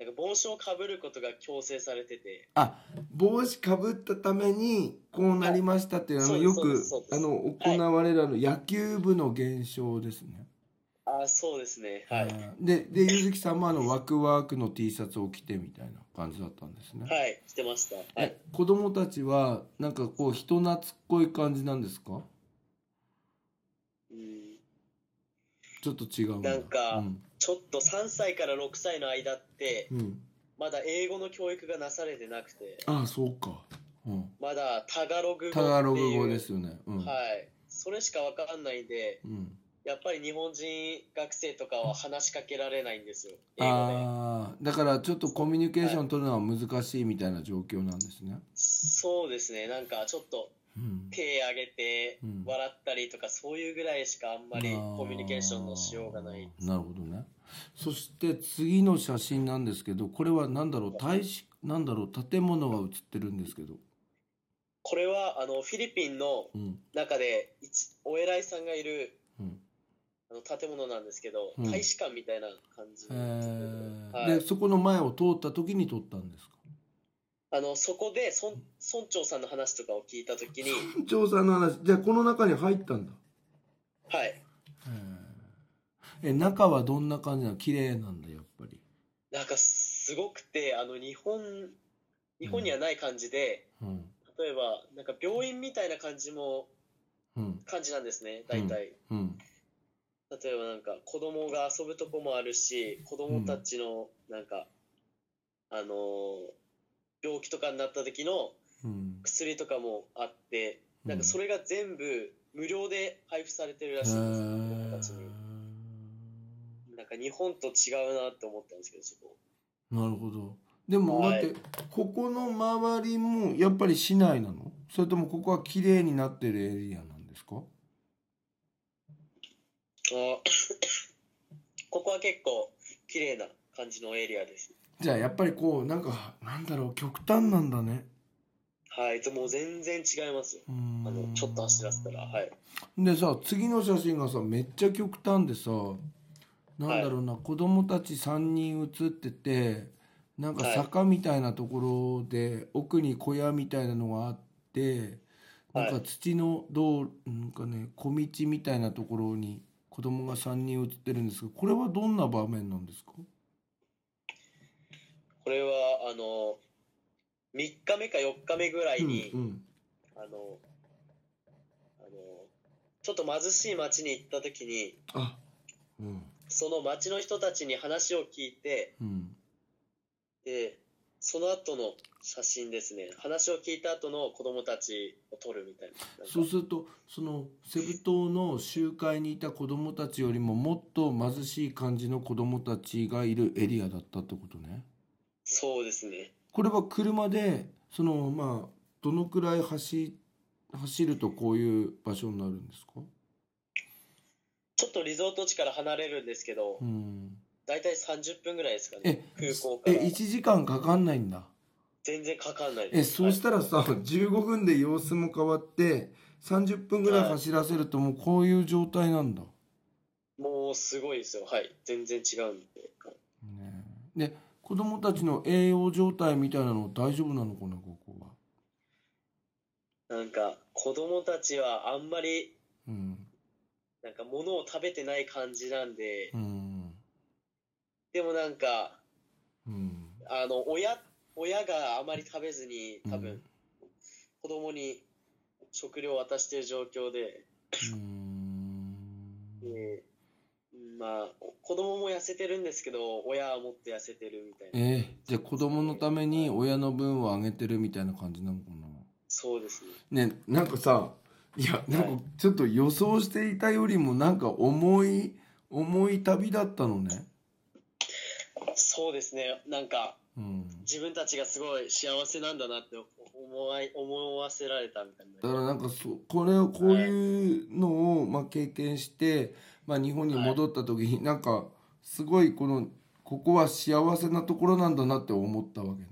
なんか帽子をかぶることが強制されてて
あ帽子かぶったためにこうなりましたっていうあの
はい
よ
そうで
く
すそうです
あの
はい
行われるあの野球部の現象ですね。
あそうですねはい、は
ででゆずきさんもあのワクワクの T シャツを着てみたいな感じだったんですね。
い、来てました、はい
え、子供たちはなんかこう人懐っこい感じなんですか
うん
ちょっと違うんだ
なんか
うん
ちょっと3歳から6歳の間って、
うん、
まだ英語の教育がなされてなくて、
ああそうか、うん、
まだタガログ語っていう
タガログ語ですよね。うん
はい。それしかわかんないんで、
うん、
やっぱり日本人学生とかは話しかけられないんですよ。英語で。
ああだからちょっとコミュニケーション取るのは難しいみたいな状況なんですね。
そうですね。なんかちょっと
うん
手挙げて
うん
笑ったりとか、そういうぐらいしかあんまり
あー
コミュニケーションのしようがない。
なるほどねそして次の写真なんですけどこれは何だろう大使なんだろう建物が写ってるんですけど、
これはあのフィリピンの
うん
中で一お偉いさんがいる
うん
あの建物なんですけど、
うん
大使館みたいな感じ
え
のとこ
ー
ろ、は
で
い
そこの前を通った時に撮ったんですか
あのそこで村村長さんの話とかを聞いたときに、
調査の話じゃあこの中に入ったんだ
はい、
え中はどんな感じなの綺麗なんだやっぱり、
なんかすごくてあの日本日本にはない感じで、
うん
例えばなんか病院みたいな感じも
うん
感じなんですね大体、
うん、
例えばなんか子供が遊ぶとこもあるし子供たちのなんか、あのー病気とかになった時の
うん、
薬とかもあってなんかそ
れ
れが全部無料で配布されてるらしいんですよ子供たちになんか日本と違うなって思ったんですけどそこ
なるほどでも
は
待
い
って、ここの周りもやっぱり市内なのそれともここは綺麗になってるエリアなんですか
あ ここは結構綺麗な感じのエリアです
じゃあやっぱりこうなんかなんだろう極端なんだね
はいもう全然違いますよ
あ
あのちょっと走らせたらはい
でさ次の写真がさめっちゃ極端でさなんだろうな、子供たち3人写っててなんか
はい
坂みたいなところで、奥に小屋みたいなのがあってなん
は
か
い
土の道路なんかね小道みたいなところに子供が3人写ってるんですけどこれはどんな場面なんですか
これはあの3日目か4日目ぐらいに、
うん
あのあのちょっと貧しい町に行った時に
あうん
その町の人たちに話を聞いて
うん
でその後の写真ですね話を聞いた後の子供たちを撮るみたいななんか
そうするとそのセブ島の集会にいた子どもたちよりももっと貧しい感じの子どもたちがいるエリアだったってことね。
そうですね
これは車でそのまあどのくらい走走るとこういう場所になるんですか、
ちょっとリゾート地から離れるんですけど、
うん、
大体30分ぐらいですかね
え
空港から
え1時間かかんないんだ。
全然かかんないで
え
す
そうしたらさ15分で様子も変わって30分ぐらい走らせるともうこういう状態なんだ。
もうすごいですよはい全然違うんで
ねえ、で子供たちの栄養状態みたいなの大丈夫なのかなここは。
なんか子供たちはあんまり
うん
なんか物を食べてない感じなんで、
うん
でもなんか
うん
あの親親があまり食べずに多
うん
分子供に食料を渡してる状況で、でまあお子供も痩せてるんですけど親はもっと痩せてるみたい
え
な
ーじゃあ子供のために親の分をあげてるみたいな感じなのか
そうですね
なねなんかさいやなん
は
か
い
ちょっと予想していたよりもなんか重い重い旅だったのね
そうですねなんか
うん
自分たちがすごい幸せなんだなって思わい思わせられたみたい
だ
な
からなんかそうこれをこういうのをまあ経験して、まあ、日本に戻った時になんかすごいこのここは幸せなところなんだなって思ったわけね。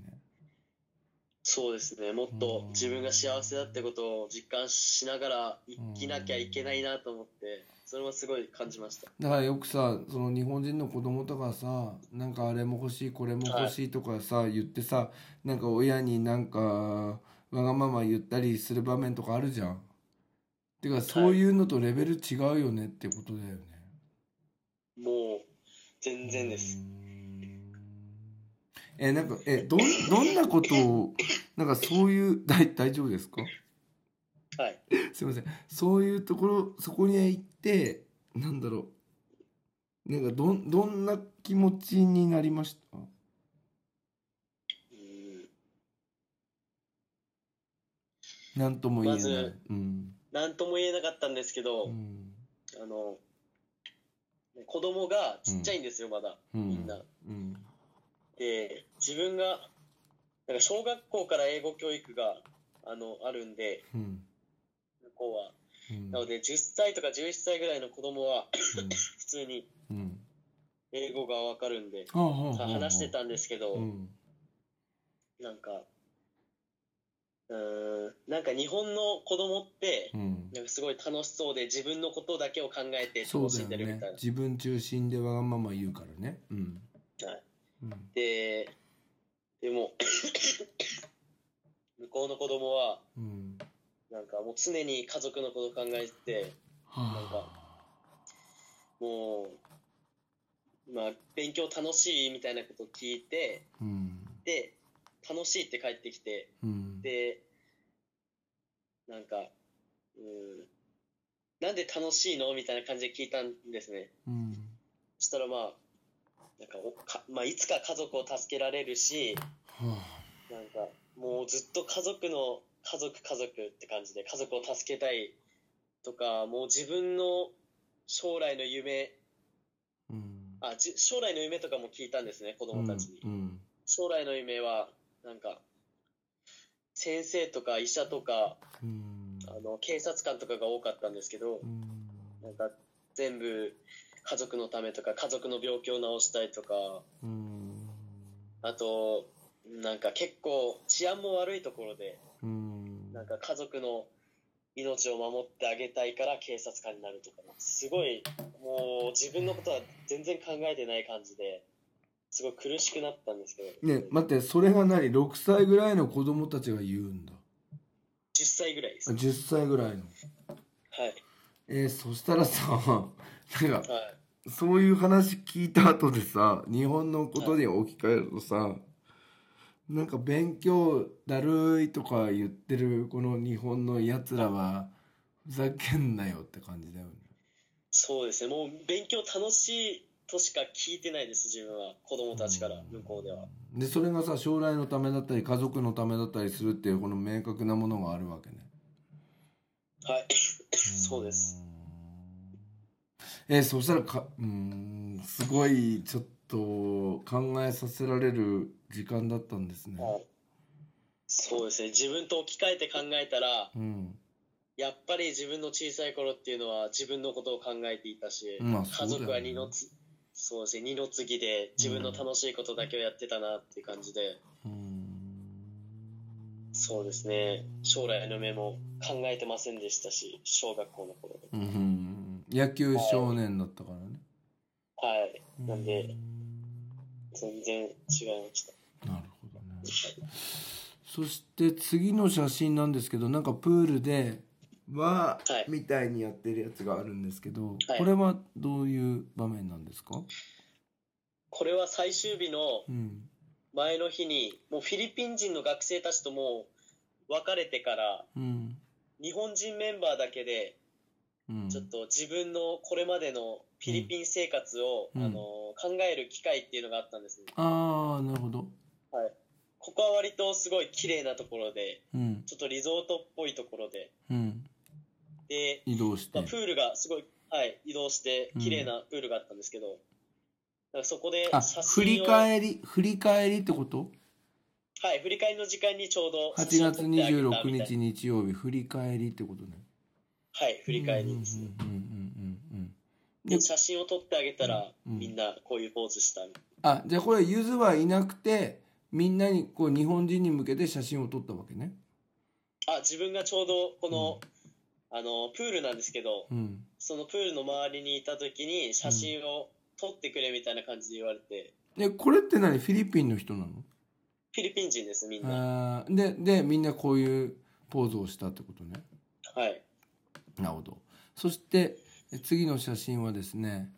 そうですねもっと自分が幸せだってことを実感しながら生きなきゃいけないなと思ってそれもすごい感じました
だからよくさその日本人の子供とかさなんかあれも欲しいこれも欲しいとかさ、言ってさなんか親になんかわがまま言ったりする場面とかあるじゃん。てかそういうのとレベル違うよねってことだよね。
もう全然です。
えなんかえどんどんなことをなんかそういう 大大丈夫ですか？
はい。
すみませんそういうところそこに行ってなんだろうなんかどんどんな気持ちになりました？
うん
なんとも言え
ま
ない。
ず
うん
なんとも言えなかったんですけど、
うん
あの子供がちっちゃいんですよ、まだ
うん
みんな。
うん
で自分がなんか小学校から英語教育があのあるんで
うん
校は。
うん
なので、10歳とか11歳ぐらいの子供は、 普通に
うんうん
英語がわかるんで、
ほうほうほうほう
話してたんですけど、
うん
なんか、うーん、なんか日本の子供って
う、ん
なんかすごい楽しそうで、自分のことだけを考えて
そう
楽
だ
し
よ
んでるみ
ね
たいな。
自分中心でわがまま言うからねうん
はい
うん
で、でも、 向こうの子供は、
うん
なんかもう常に家族のこと考えてて、
は
もう、まあ、勉強楽しいみたいなことを聞いて、
あうん
で、楽しいって帰ってきて、
うん
で、なんか、うん、なんで楽しいのみたいな感じで聞いたんですね。
うん
そしたらまあ、なんかおか、まあ、いつか家族を助けられるし、
は
なんか、もうずっと家族の、家族家族って感じで、家族を助けたいとか、もう自分の将来の夢、
あうん
あ、じ将来の夢とかも聞いたんですね、子供たちに。
うん
将来の夢は、なんか、先生とか医者とか、
うん
あの警察官とかが多かったんですけど
う、ん
なんか全部家族のためとか家族の病気を治したいとか
うん
あとなんか結構治安も悪いところで
うん
なんか家族の命を守ってあげたいから警察官になるとかすごいもう自分のことは全然考えてない感じですごい苦しくなったんですけど、
ね待ってそれが何6歳ぐらいの子供たちが言うんだ
10歳ぐらいです
あ10歳ぐらいの
はい
えー、そしたらさなんか
はい
そういう話聞いた後でさ日本のことに置き換えるとさなんか勉強だるいとか言ってるこの日本のやつらはふざけんなよって感じだよね
そうですねもう勉強楽しいとしか聞いてないです自分は子供たちから向こうでは
でそれがさ将来のためだったり家族のためだったりするっていうこの明確なものがあるわけね
はい そうです
うん。えーそしたらか、うーん、すごいちょっと考えさせられる時間だったんですね。
はいそうですね自分と置き換えて考えたら
うん、
やっぱり自分の小さい頃っていうのは自分のことを考えていたし、
まあそ
家
うだよね
族は二のつそうですね二の次で自分の楽しいことだけをやってたなっていう感じで、
うん
そうですね将来の夢も考えてませんでしたし小学校の頃で
うん、野球少年だったからね。
はいなんで
うん
全然違いました
なるほどね。そして次の写真なんですけど、なんかプールで。は
はい
みたいにやってるやつがあるんですけど、
はい
これはどういう場面なんですか？
これは最終日の
うん、
前の日にもうフィリピン人の学生たちともう別れてから
うん、
日本人メンバーだけで
うん
ちょっと自分のこれまでのフィリピン生活を、
うん
あの考える機会っていうのがあったんですね。
ああなるほど
ここは割とすごい綺麗なところで、
うん
ちょっとリゾートっぽいところで、
うん
で、
移動して
まあ、プールがすごい、はい、移動して
うん
綺麗なプールがあったんですけど、だからそこで
あ
写
振り
真を、はい、
返り振り返りってこと
振り返りの時間にちょうど写
?8
真を撮
月
ってあげたみた
26
い
日日曜日振り返りってことね
はい、振り返りですね。
うんうんうんうんうん
で写真を撮ってあげたら、
うん
みんなこういうポーズしたみたい
あじゃあこれゆずはいなくてみんなにこう日本人に向けて写真を撮ったわけね
な。あ、自分がちょうどこの、あの、プールなんですけど、
うん
そのプールの周りにいた時に写真を撮ってくれみたいな感じで言われて、
でこれって何フィリピンの人なの
フィリピン人ですみんな、
あーででみんなこういうポーズをしたってことね
はい
なるほど。そしてえ次の写真はですね、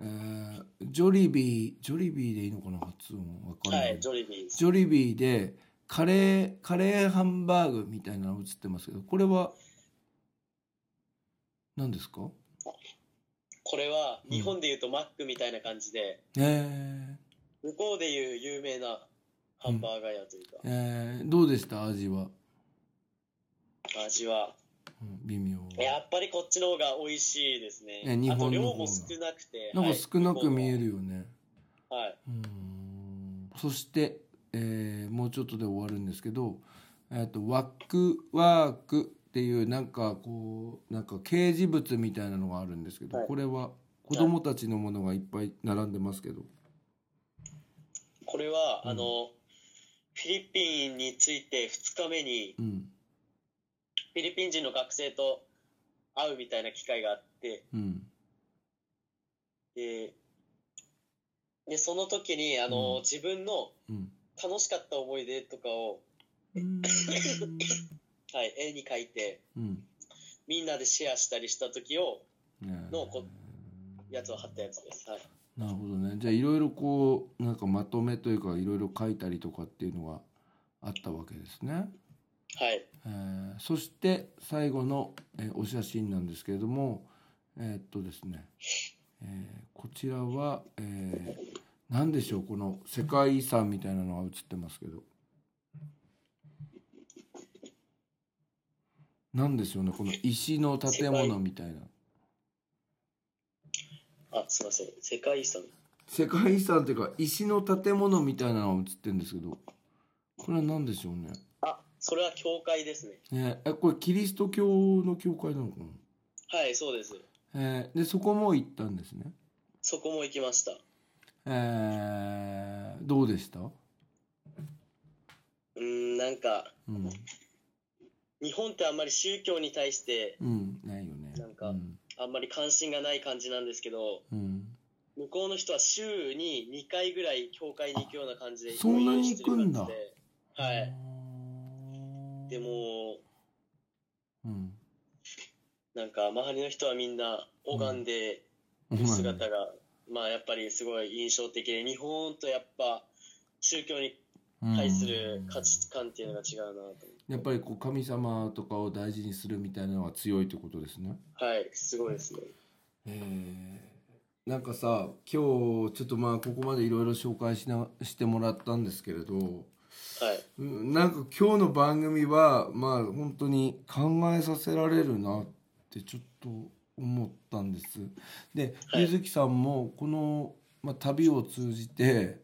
えージョリビー、ジョリビーでいいのかな発音わかん
は
ない。
いジョリビーです
ジョリビーでカレー、カレーハンバーグみたいなの写ってますけど、これは何ですか？
これは
うん
日本でいうとマックみたいな感じで、
え
向こうでいう有名なハンバーガー屋というか
ー、、えーどうでした味は？
味は
うん微妙。
やっぱりこっちの方が美味しいです
ね
ね
日
あと
本の
量
方が
も少なくて
なんか少なく見え
る
るよね。
はい、
うーんそして、えーもうちょっとで終わるんですけど、えー、とワックワークっていうなんかこうなんか掲示物みたいなのがあるんですけど、
はい
これは子供たちのものがいっぱい並んでますけど、
これは、
うん
あの、フィリピンについて2日目に、
うん
フィリピン人の学生と会うみたいな機会があって、
うん
で、でその時に、あの、
うん
自分の
うん
楽しかった思い出とかを、
うん
はい、絵に描いて、
うん
みんなでシェアしたりした時を、
ねえ
のこやつを貼ったやつです。はい。
なるほどねじゃあいろいろこうなんかまとめというかいろいろ書いたりとかっていうのがあったわけですね。
はい。
えーそして最後の、えーお写真なんですけれどもえーっとですね、えーこちらは、えー何でしょうこの世界遺産みたいなのが写ってますけど何でしょうねこの石の建物みたいな
あ、すいません。世界遺産。
世界遺産っていうか石の建物みたいなのが写ってるんですけどこれは何でしょうね
あ、それは教会ですね。
ねえこれキリスト教の教会なのかな
はい、そうです。
えーでそこも行ったんですね
そこも行きました。
えーどうでした、
うーん、なんか、
うん、
日本ってあんまり宗教に対して、
うん、ないよね。
なんか
うん、
あんまり関心がない感じなんですけど、
うん
向こうの人は週に2回ぐらい教会に行くような感じで、
あそんなに行くんだ
こういう人いる感じではい。。で、も、
うん、
なんか、周りの人はみんな拝んでる姿が、まあ、やっぱりすごい印象的で、日本とやっぱ、宗教に対する価値観っていうのが違うなと思って。
うん。やっぱりこう神様とかを大事にするみたいなのが強いってことですね。
はい、すごいですね。
えーなんかさ今日ちょっとまあここまでいろいろ紹介しなしてもらったんですけれど
はい。
うんなんか今日の番組はまあ本当に考えさせられるなってちょっと思ったんです。で、
はい
ゆずきさんもこの、まあ、旅を通じて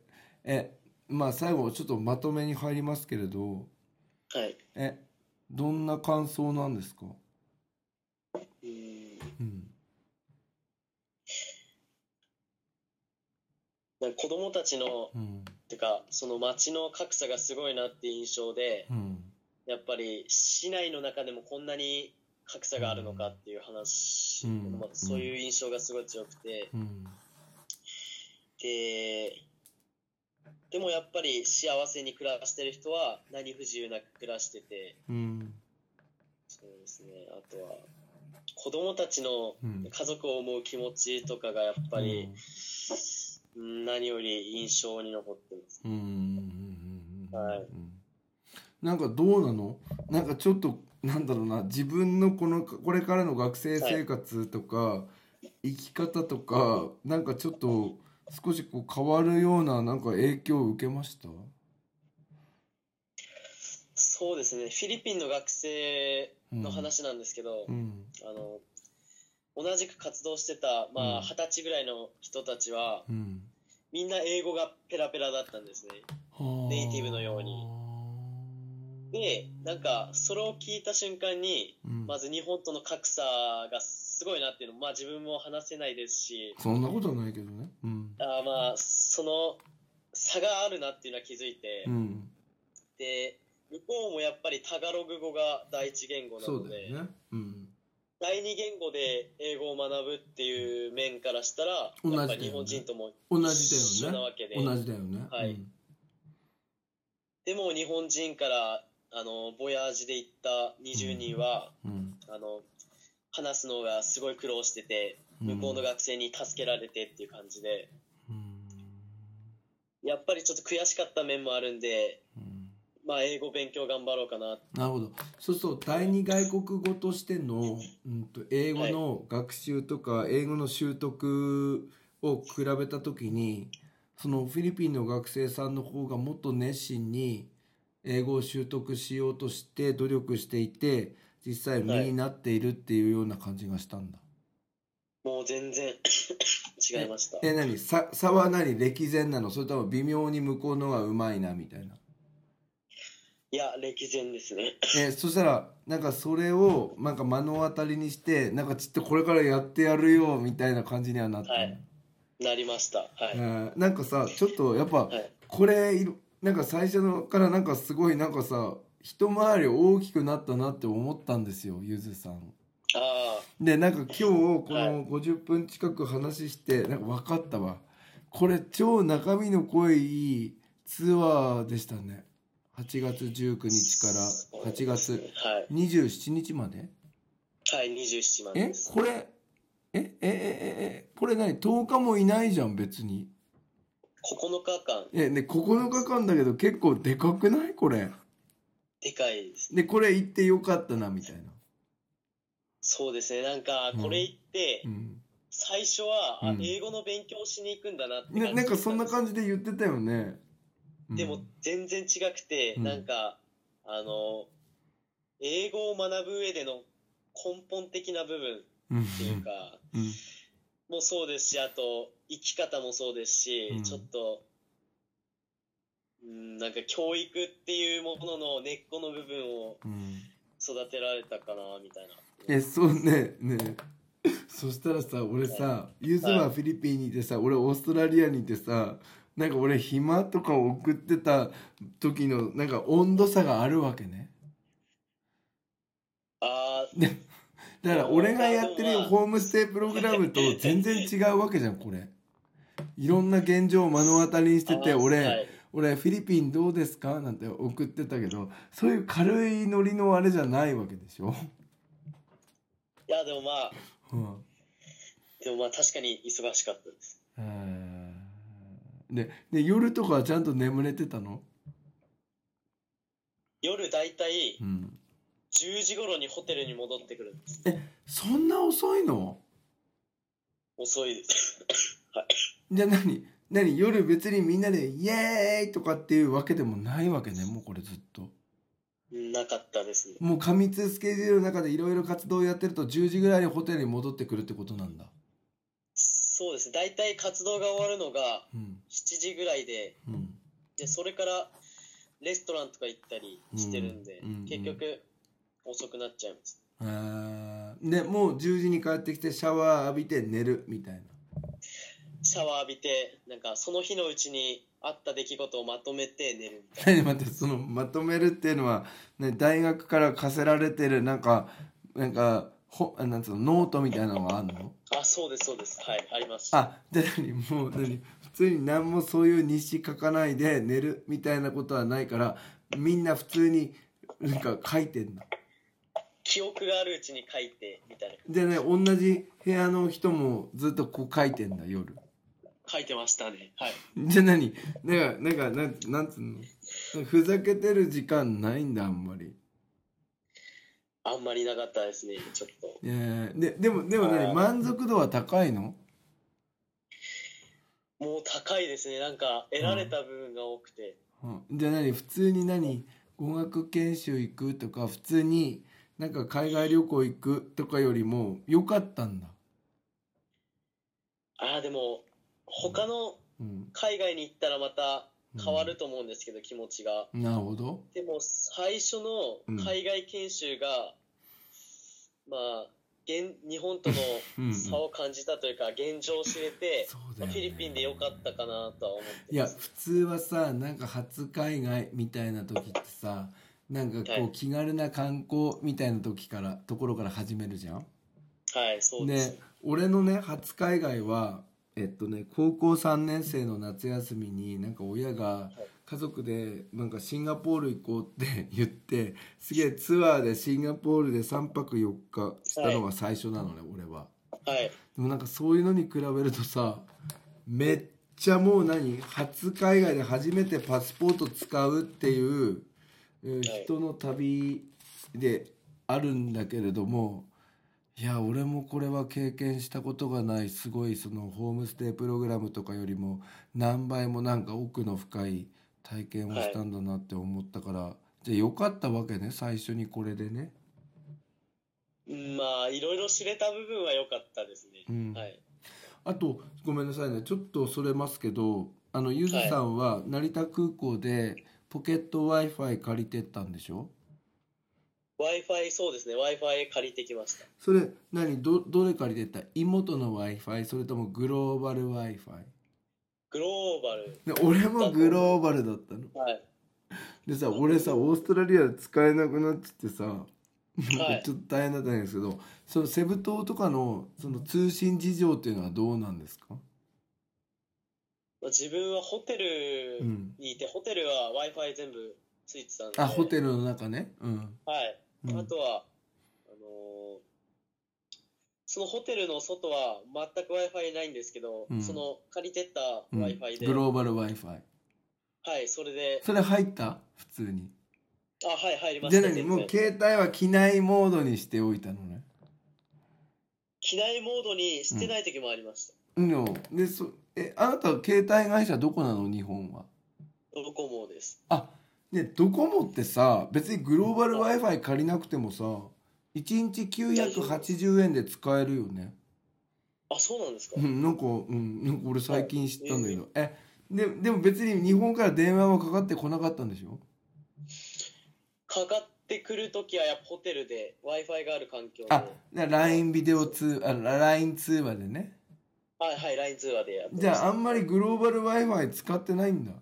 えまあ最後ちょっとまとめに入りますけれど
はい。
えどんな感想なんですか、
うーん
うん
なんか子供たちの、
うん
てか、その街の格差がすごいなって印象で、
うん
やっぱり市内の中でもこんなに格差があるのかっていう話、
うん
まあそういう印象がすごい強くて、
うん
で、でもやっぱり幸せに暮らしてる人は何不自由なく暮らしてて、
うん
そうですね、あとは、子供たちの
うん
家族を思う気持ちとかがやっぱり、うん何より印象に残ってます。
うんうんうんうんうん
はい
なんかどうなのなんかちょっとなんだろうな自分のこのこれからの学生生活とか、生き方とかなんかちょっと少しこう変わるようななんか影響を受けました
そうですね、フィリピンの学生の話なんですけど、
うん
あの同じく活動してた、ま
うん
あ、二十歳ぐらいの人たちは、
うん
みんな英語がペラペラだったんですね。ネイティブのようにで、なんか、それを聞いた瞬間に、
うん
まず日本との格差がすごいなっていうのまあ自分も話せないですし、
そんなことはないけどねうん
あーまあ、その差があるなっていうのは気づいて、
うん
で、向こうもやっぱりタガログ語が第一言語な
そ
の
うだ
で、
よねうん
第二言語で英語を学ぶっていう面からしたら、
同じだよ
やっ
ね
ぱ日本人とも
同じ
一
だ
緒な
よ
わけで、
ね同じだよね
はい
うん
でも日本人からあのボヤージで行った20人は、
うん
あの話すのがすごい苦労してて、
うん
向こうの学生に助けられてっていう感じで、
うん
やっぱりちょっと悔しかった面もあるんで、
うん
まあ英語勉強頑張ろうかな。
なるほどそうすると第二外国語としての、うん、と英語の学習とか英語の習得を比べた時にそのフィリピンの学生さんの方がもっと熱心に英語を習得しようとして努力していて実際身になっているっていうような感じがしたんだ。
もう全然 違いました。
え何さ差は何歴然なのそれとも微妙に向こうのがうまいなみたいな。
いや、歴然ですね。
えーそしたらなんかそれをなんか目の当たりにしてなんかちょっとこれからやってやるよみたいな感じにはなったの、
はいなりました。は
え
い。
ーなんかさちょっとやっぱ
はい。
これいろなんか最初のからなんかすごいなんかさ一回り大きくなったなって思ったんですよゆずさん。
あ
でなんか今日こ
は
の50分近く話してなんか分かったわこれ超中身の濃いツアーでしたね8月19
あ。
日から8
は
月27日まで
い。はい、27万
え
です。
これえええええこれ何10日もいないじゃん別に
9日間、
えね9日間だけど結構でかくないこれ
でかいです。
でこれ行ってよかったなみたいな
そうですね、なんか
う、ん
これ行って、
うん
最初は、あ
うん
英語の勉強しに行くんだなって感じだ
な
った
なんかそんな
で
感じで言ってたよね、うん
すでも、全然違くて、
うん
なんか、あの、英語を学ぶ上での根本的な部分
うん
っていうか、
うん
もそうですし、あと、生き方もそうですし、
うん
ちょっと、うん、なんか教育っていうものの根っこの部分を
うん
育てられたかな、みたいな。
えそうねねえそしたらさ俺さゆずはフィリピンにいてさ俺オーストラリアにいてさなんか俺暇とか送ってた時のなんか温度差があるわけね
あー
だから俺がやってる
まあ
ホームステイプログラムと全然違うわけじゃんこれいろんな現状を目の当たりにしてて
あー
俺、
はい
俺フィリピンどうですかなんて送ってたけどそういう軽いノリのあれじゃないわけでしょ、
いや、でもまあ、
うん
でもまあ確かに忙しかったです。
でで夜とかはちゃんと眠れてたの、
夜だいたい
うん、
10時頃にホテルに戻ってくるんです。
そんな遅いの
遅いです。
じゃあ何何夜別にみんなでイエーイとかっていうわけでもないわけねもうこれずっと
なかったですね。
もう過密スケジュールの中でいろいろ活動をやってると10時ぐらいにホテルに戻ってくるってことなんだ
そうですね。だいたい活動が終わるのが
うん
7時ぐらいで、
うん
で、それからレストランとか行ったりしてるんで、
うんうん
結局遅くなっちゃいます。
あーでもう10時に帰ってきてシャワー浴びて寝るみたいな
シャワー浴びて、なんかその日のうちにあった出来事をまとめて寝るみたい
何待ってそのまとめるっていうのは、ね、大学から課せられてるなんかなんかほなんつうのノートみたいなのがあるの
な。あ、そうです、そうです。はい、あります。
あじゃあ何もう何普通に何もそういう日誌書かないで寝るみたいなことはないからみんな普通になんか書いてんの。
記憶があるうちに書いてみたいな。
でね同じ部屋の人もずっとこう書いてんだ夜。
書いてましたね。はい。
じゃあ何なんかなんかなんなんつうのふざけてる時間ないんだあんまり。
あんまりなかったですね、ちょっと。
えーででもでも何
あー
満足度は高いの
もう高いですね。なんか、得られた部分が多くて。
うんじゃあ何普通に何語学研修行くとか普通になんか海外旅行行くとかよりも良かったんだ、
ああ、でも、他の
うん、
海外に行ったらまた変わると思うんですけど、気持ちが。
なるほど
でも、最初
うん
の海外研修が、まあ、現日本と
うんう
の
ん
差を感じたというか、現状を知れて、
そうだよ、
まあ
ね、
フィリピンで良かったかなとは思ってます。
いや普通はさなんか初海外みたいな時ってさなんか
は
こ
いう
気軽な観光みたいな時からところから始めるじゃん
はい、そうです。
ね俺のね初海外はえっとね高校3年生の夏休みになんか親が家族でなんかシンガポール行こうって 言ってすげえツアーでシンガポールで3泊4日したのが最初なのね、俺は
はい。
でもなんかそういうのに比べるとさめっちゃもう何初海外で初めてパスポート使うっていう、うん人の旅であるんだけれどもいや俺もこれは経験したことがないすごいそのホームステイプログラムとかよりも何倍もなんか奥の深い体験をしたんだなって思ったから、じゃあよかったわけね最初にこれでね。
うんまあ、いろいろ知れた部分は良かったですね。
うん
はい。
あとごめんなさいねちょっとそれますけどあのゆずさんは成田空港でポケット Wi-Fi 借りてったんでしょ
Wi-Fi、そうですね、Wi-Fi 借りてきました。
それ何どどれ借りてった妹の Wi-Fi それともグローバル Wi-Fi
グローバル。
で俺もグローバルだったの
はい。
でさ俺さオーストラリアで使えなくなっちゃってさなんか
はい
ちょっと大変だったんですけど、そのセブ島とかのその通信事情っていうのはどうなんですか、
まあ自分はホテル
うん、
にいて、ホテルは Wi-Fi 全部ついてたんで。
あホテルの中ねうん、
はい。
うん、
あとは、あのーそのホテルの外は全く Wi-Fi ないんですけど、
うん
その借りてった
うん
Wi-Fi で、
グローバル Wi-Fi
はい、それで、
それ入った普通に
あ、はい、入りま
じゃ
し
あ
た、
何もう
全然
携帯は機内モードにしておいたのね
機内モードにしてない時もありました。
うんでそえあなたは携帯会社どこなの日本は
ドコモです。
あねドコモってさ別にグローバル w i f i 借りなくてもさ1日980円で使えるよね
あ、そうなんですか。
うんなんか,、うん、なんか俺最近知ったんだけどえででも別に日本から電話はかかってこなかったんでしょ
かかってくる時はやっぱホテルで Wi-Fi がある環境で、
あで LINE ビデオ通あ LINE 通話でね
はい、はい、LINE 通話でやってまし
じ
た
ゃああんまりグローバル w i f i 使ってないんだ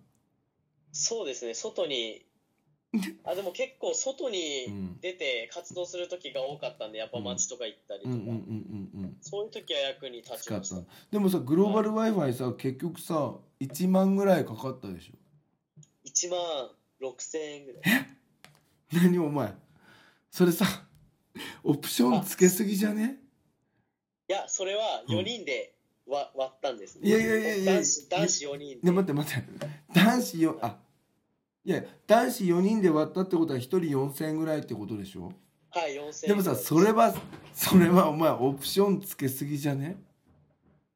そうですね、外に、あ、でも結構外に、
うん
出て活動する時が多かったんでやっぱ街とか行ったり
う
と
んう
か、
んうんうんうん
そういう時は役に立ち
使っ
ました
たでもさグローバル w i f i さ結局さ1万ぐらいかかったでしょ
1万6000円ぐらい
何お前それさ オプションつけすぎじゃね
いやそれは4人で割,、割ったんですね
いやいやいやいや
男子男子4人
ね
で
待って待って男子よあいや男子4人で割ったってことは1人4,000円ぐらいってことでしょ
はい4000円
でもさそれはそれはお前オプションつけすぎじゃね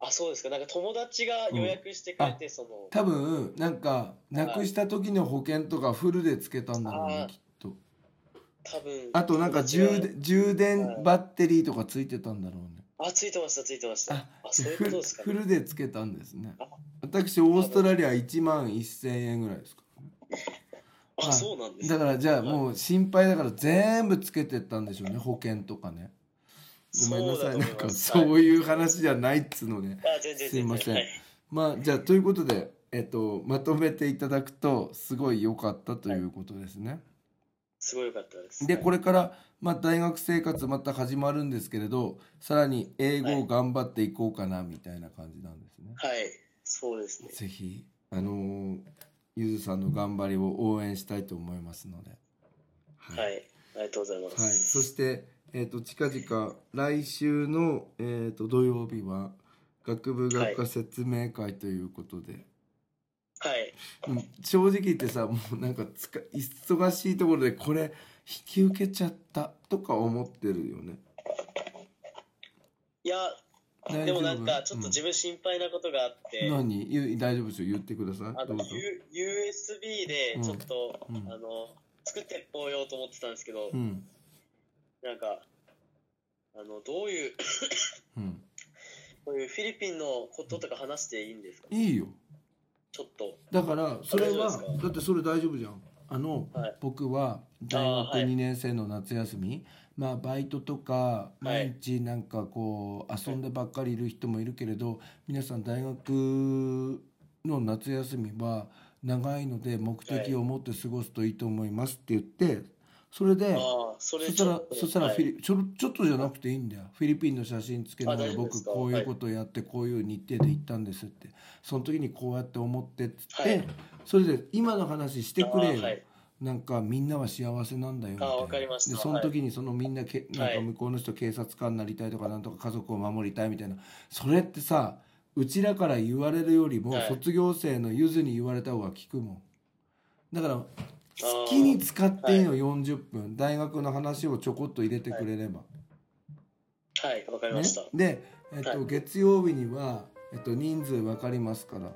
あそうですかなんか友達が予約してくれて、その
多分なんかなくした時の保険とかフルでつけたんだろうね
あー
きっと
多分
あとなんか充
電
電充電バッテリーとかついてたんだろうね
あついてましたついてましたあ
あ
そういうこ
フ
と
ル
ですか、
フルでつけたんですね
あ
私オーストラリア1万1,000円ぐらいですか
あそうなんです
だ
か
からじゃあもう心配だから全部つけてったんでしょうね保険とかねごめんなさい
そうだと思い
な
ま
ん
す
かそういう話じゃないっつうのね
あ全然全然
すいません
はい
まあじゃあということで、えっと、まとめていただくとすごい良かったということですね。
すごい良かったです
でこれから、まあ、大学生活また始まるんですけれどさらに英語を頑張っていこうかなみたいな感じなんですね。
はいそうですね
ぜひあのーゆずさんの頑張りを応援したいと思いますので。は
はいありがとうございます、
はい、そして、えー、と近々来週の、えー、と土曜日は学部学科説明会ということで、
はい
うん正直言ってさもうなんかつか忙しいところでこれ引き受けちゃったとか思ってるよね。
いや、
大
で
丈
も
夫
なんか、ちょっと自分心配なことがあって、
うん何ゆ大丈夫ですよ言ってくださ
あ
い。どう
の
ぞ
U USB でちょっと、
うんうん
あの作ってこようと思ってたんですけど、
うん
なんか、あのどういう、
うん、
こういうフィリピンのこととか話していいんですか、
いいよ
ちょっと。
だからそれは
大丈夫ですか
だってそれ大丈夫じゃんあの、
はい
僕は大
あー
学
はい
2年生の夏休みまあバイトとか
はい
毎日なんかこう遊んでばっかりいる人もいるけれど皆さん大学の夏休みは長いので目的を持って過ごすといいと思いますって言ってそれで
ああ、
そ
それ
し
ち
た
ょ
ら
っと。
そしたら
はい
フィリ、ちょろちょっとじゃなくていいんだよフィリピンの写真つけなが
あ
ら
大丈夫で
僕
すか
こういうことやってこういう日程で行ったんですってその時にこうやって思ってっつって、
はい
それで今の話してく
あ
れ
ー
よ、
はい
なんかみんなは幸せなんだよみたい
あ
な
ーわかりました
でその時にそのみんなけ、
い
なんか向こうの人警察官になりたいとかなんとか家族を守りたいみたいなそれってさうちらから言われるよりも、
はい
卒業生のゆずに言われた方が効くもんだから好きに使っていいの40分大学の話をちょこっと入れてくれれば、
はい、わかりま
ね
した。、
で、えっと
は
月曜日には、えっと、人数分かりますから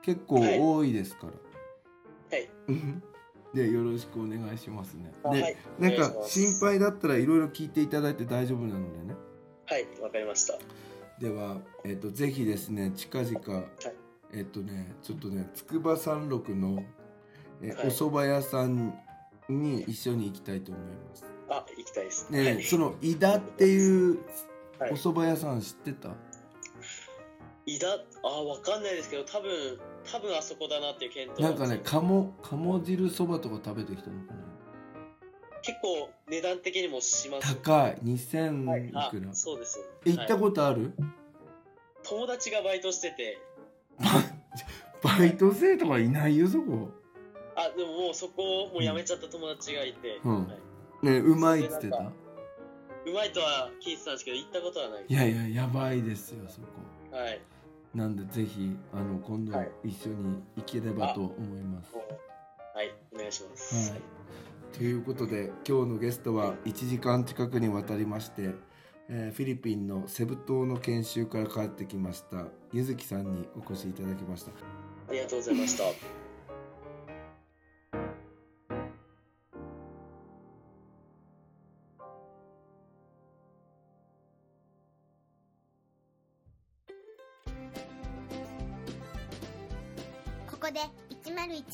結構
はい
多いですから、
はい。
うんでよろしくお願いしますね
あ
で、
はい
なん
お願いし
か
ます
心配だったらいろいろ聞いていただいて大丈夫なのでね
はい、わかりました。
では、えっとぜひですね近々、えっとねちょっとね筑波山麓の、え
はい
お蕎麦屋さんに一緒に行きたいと思います。
あ、行きたいです。
ねえ、
はい
その伊田っていう
はい
お蕎麦屋さん知ってた？
伊田、あ、わかんないですけど、多分、多分あそこだなっていう検討
なんかね、鴨鴨汁そばとか食べてきたのかな。
結構値段的にもします。
高い二千
はい
い
あ
くら。
そうですよね。
え行った
はい
ことある？
友達がバイトしてて、
バイト生とかいないよそこ。
あ、でももうそこをもう辞めちゃった友達がいて、
うん
はい
ねえうまいっつってた。
うまいとは聞いてたんですけど、行ったことはない
いやいややばいですよそこ。
はい。
なんでぜひあの今度
はい
一緒に行ければと思います。
もうはい、お願いします。
はいということで今日のゲストは1時間近くにわたりまして、えーフィリピンのセブ島の研修から帰ってきましたゆずきさんにお越しいただきました。
ありがとうございました。
ここで101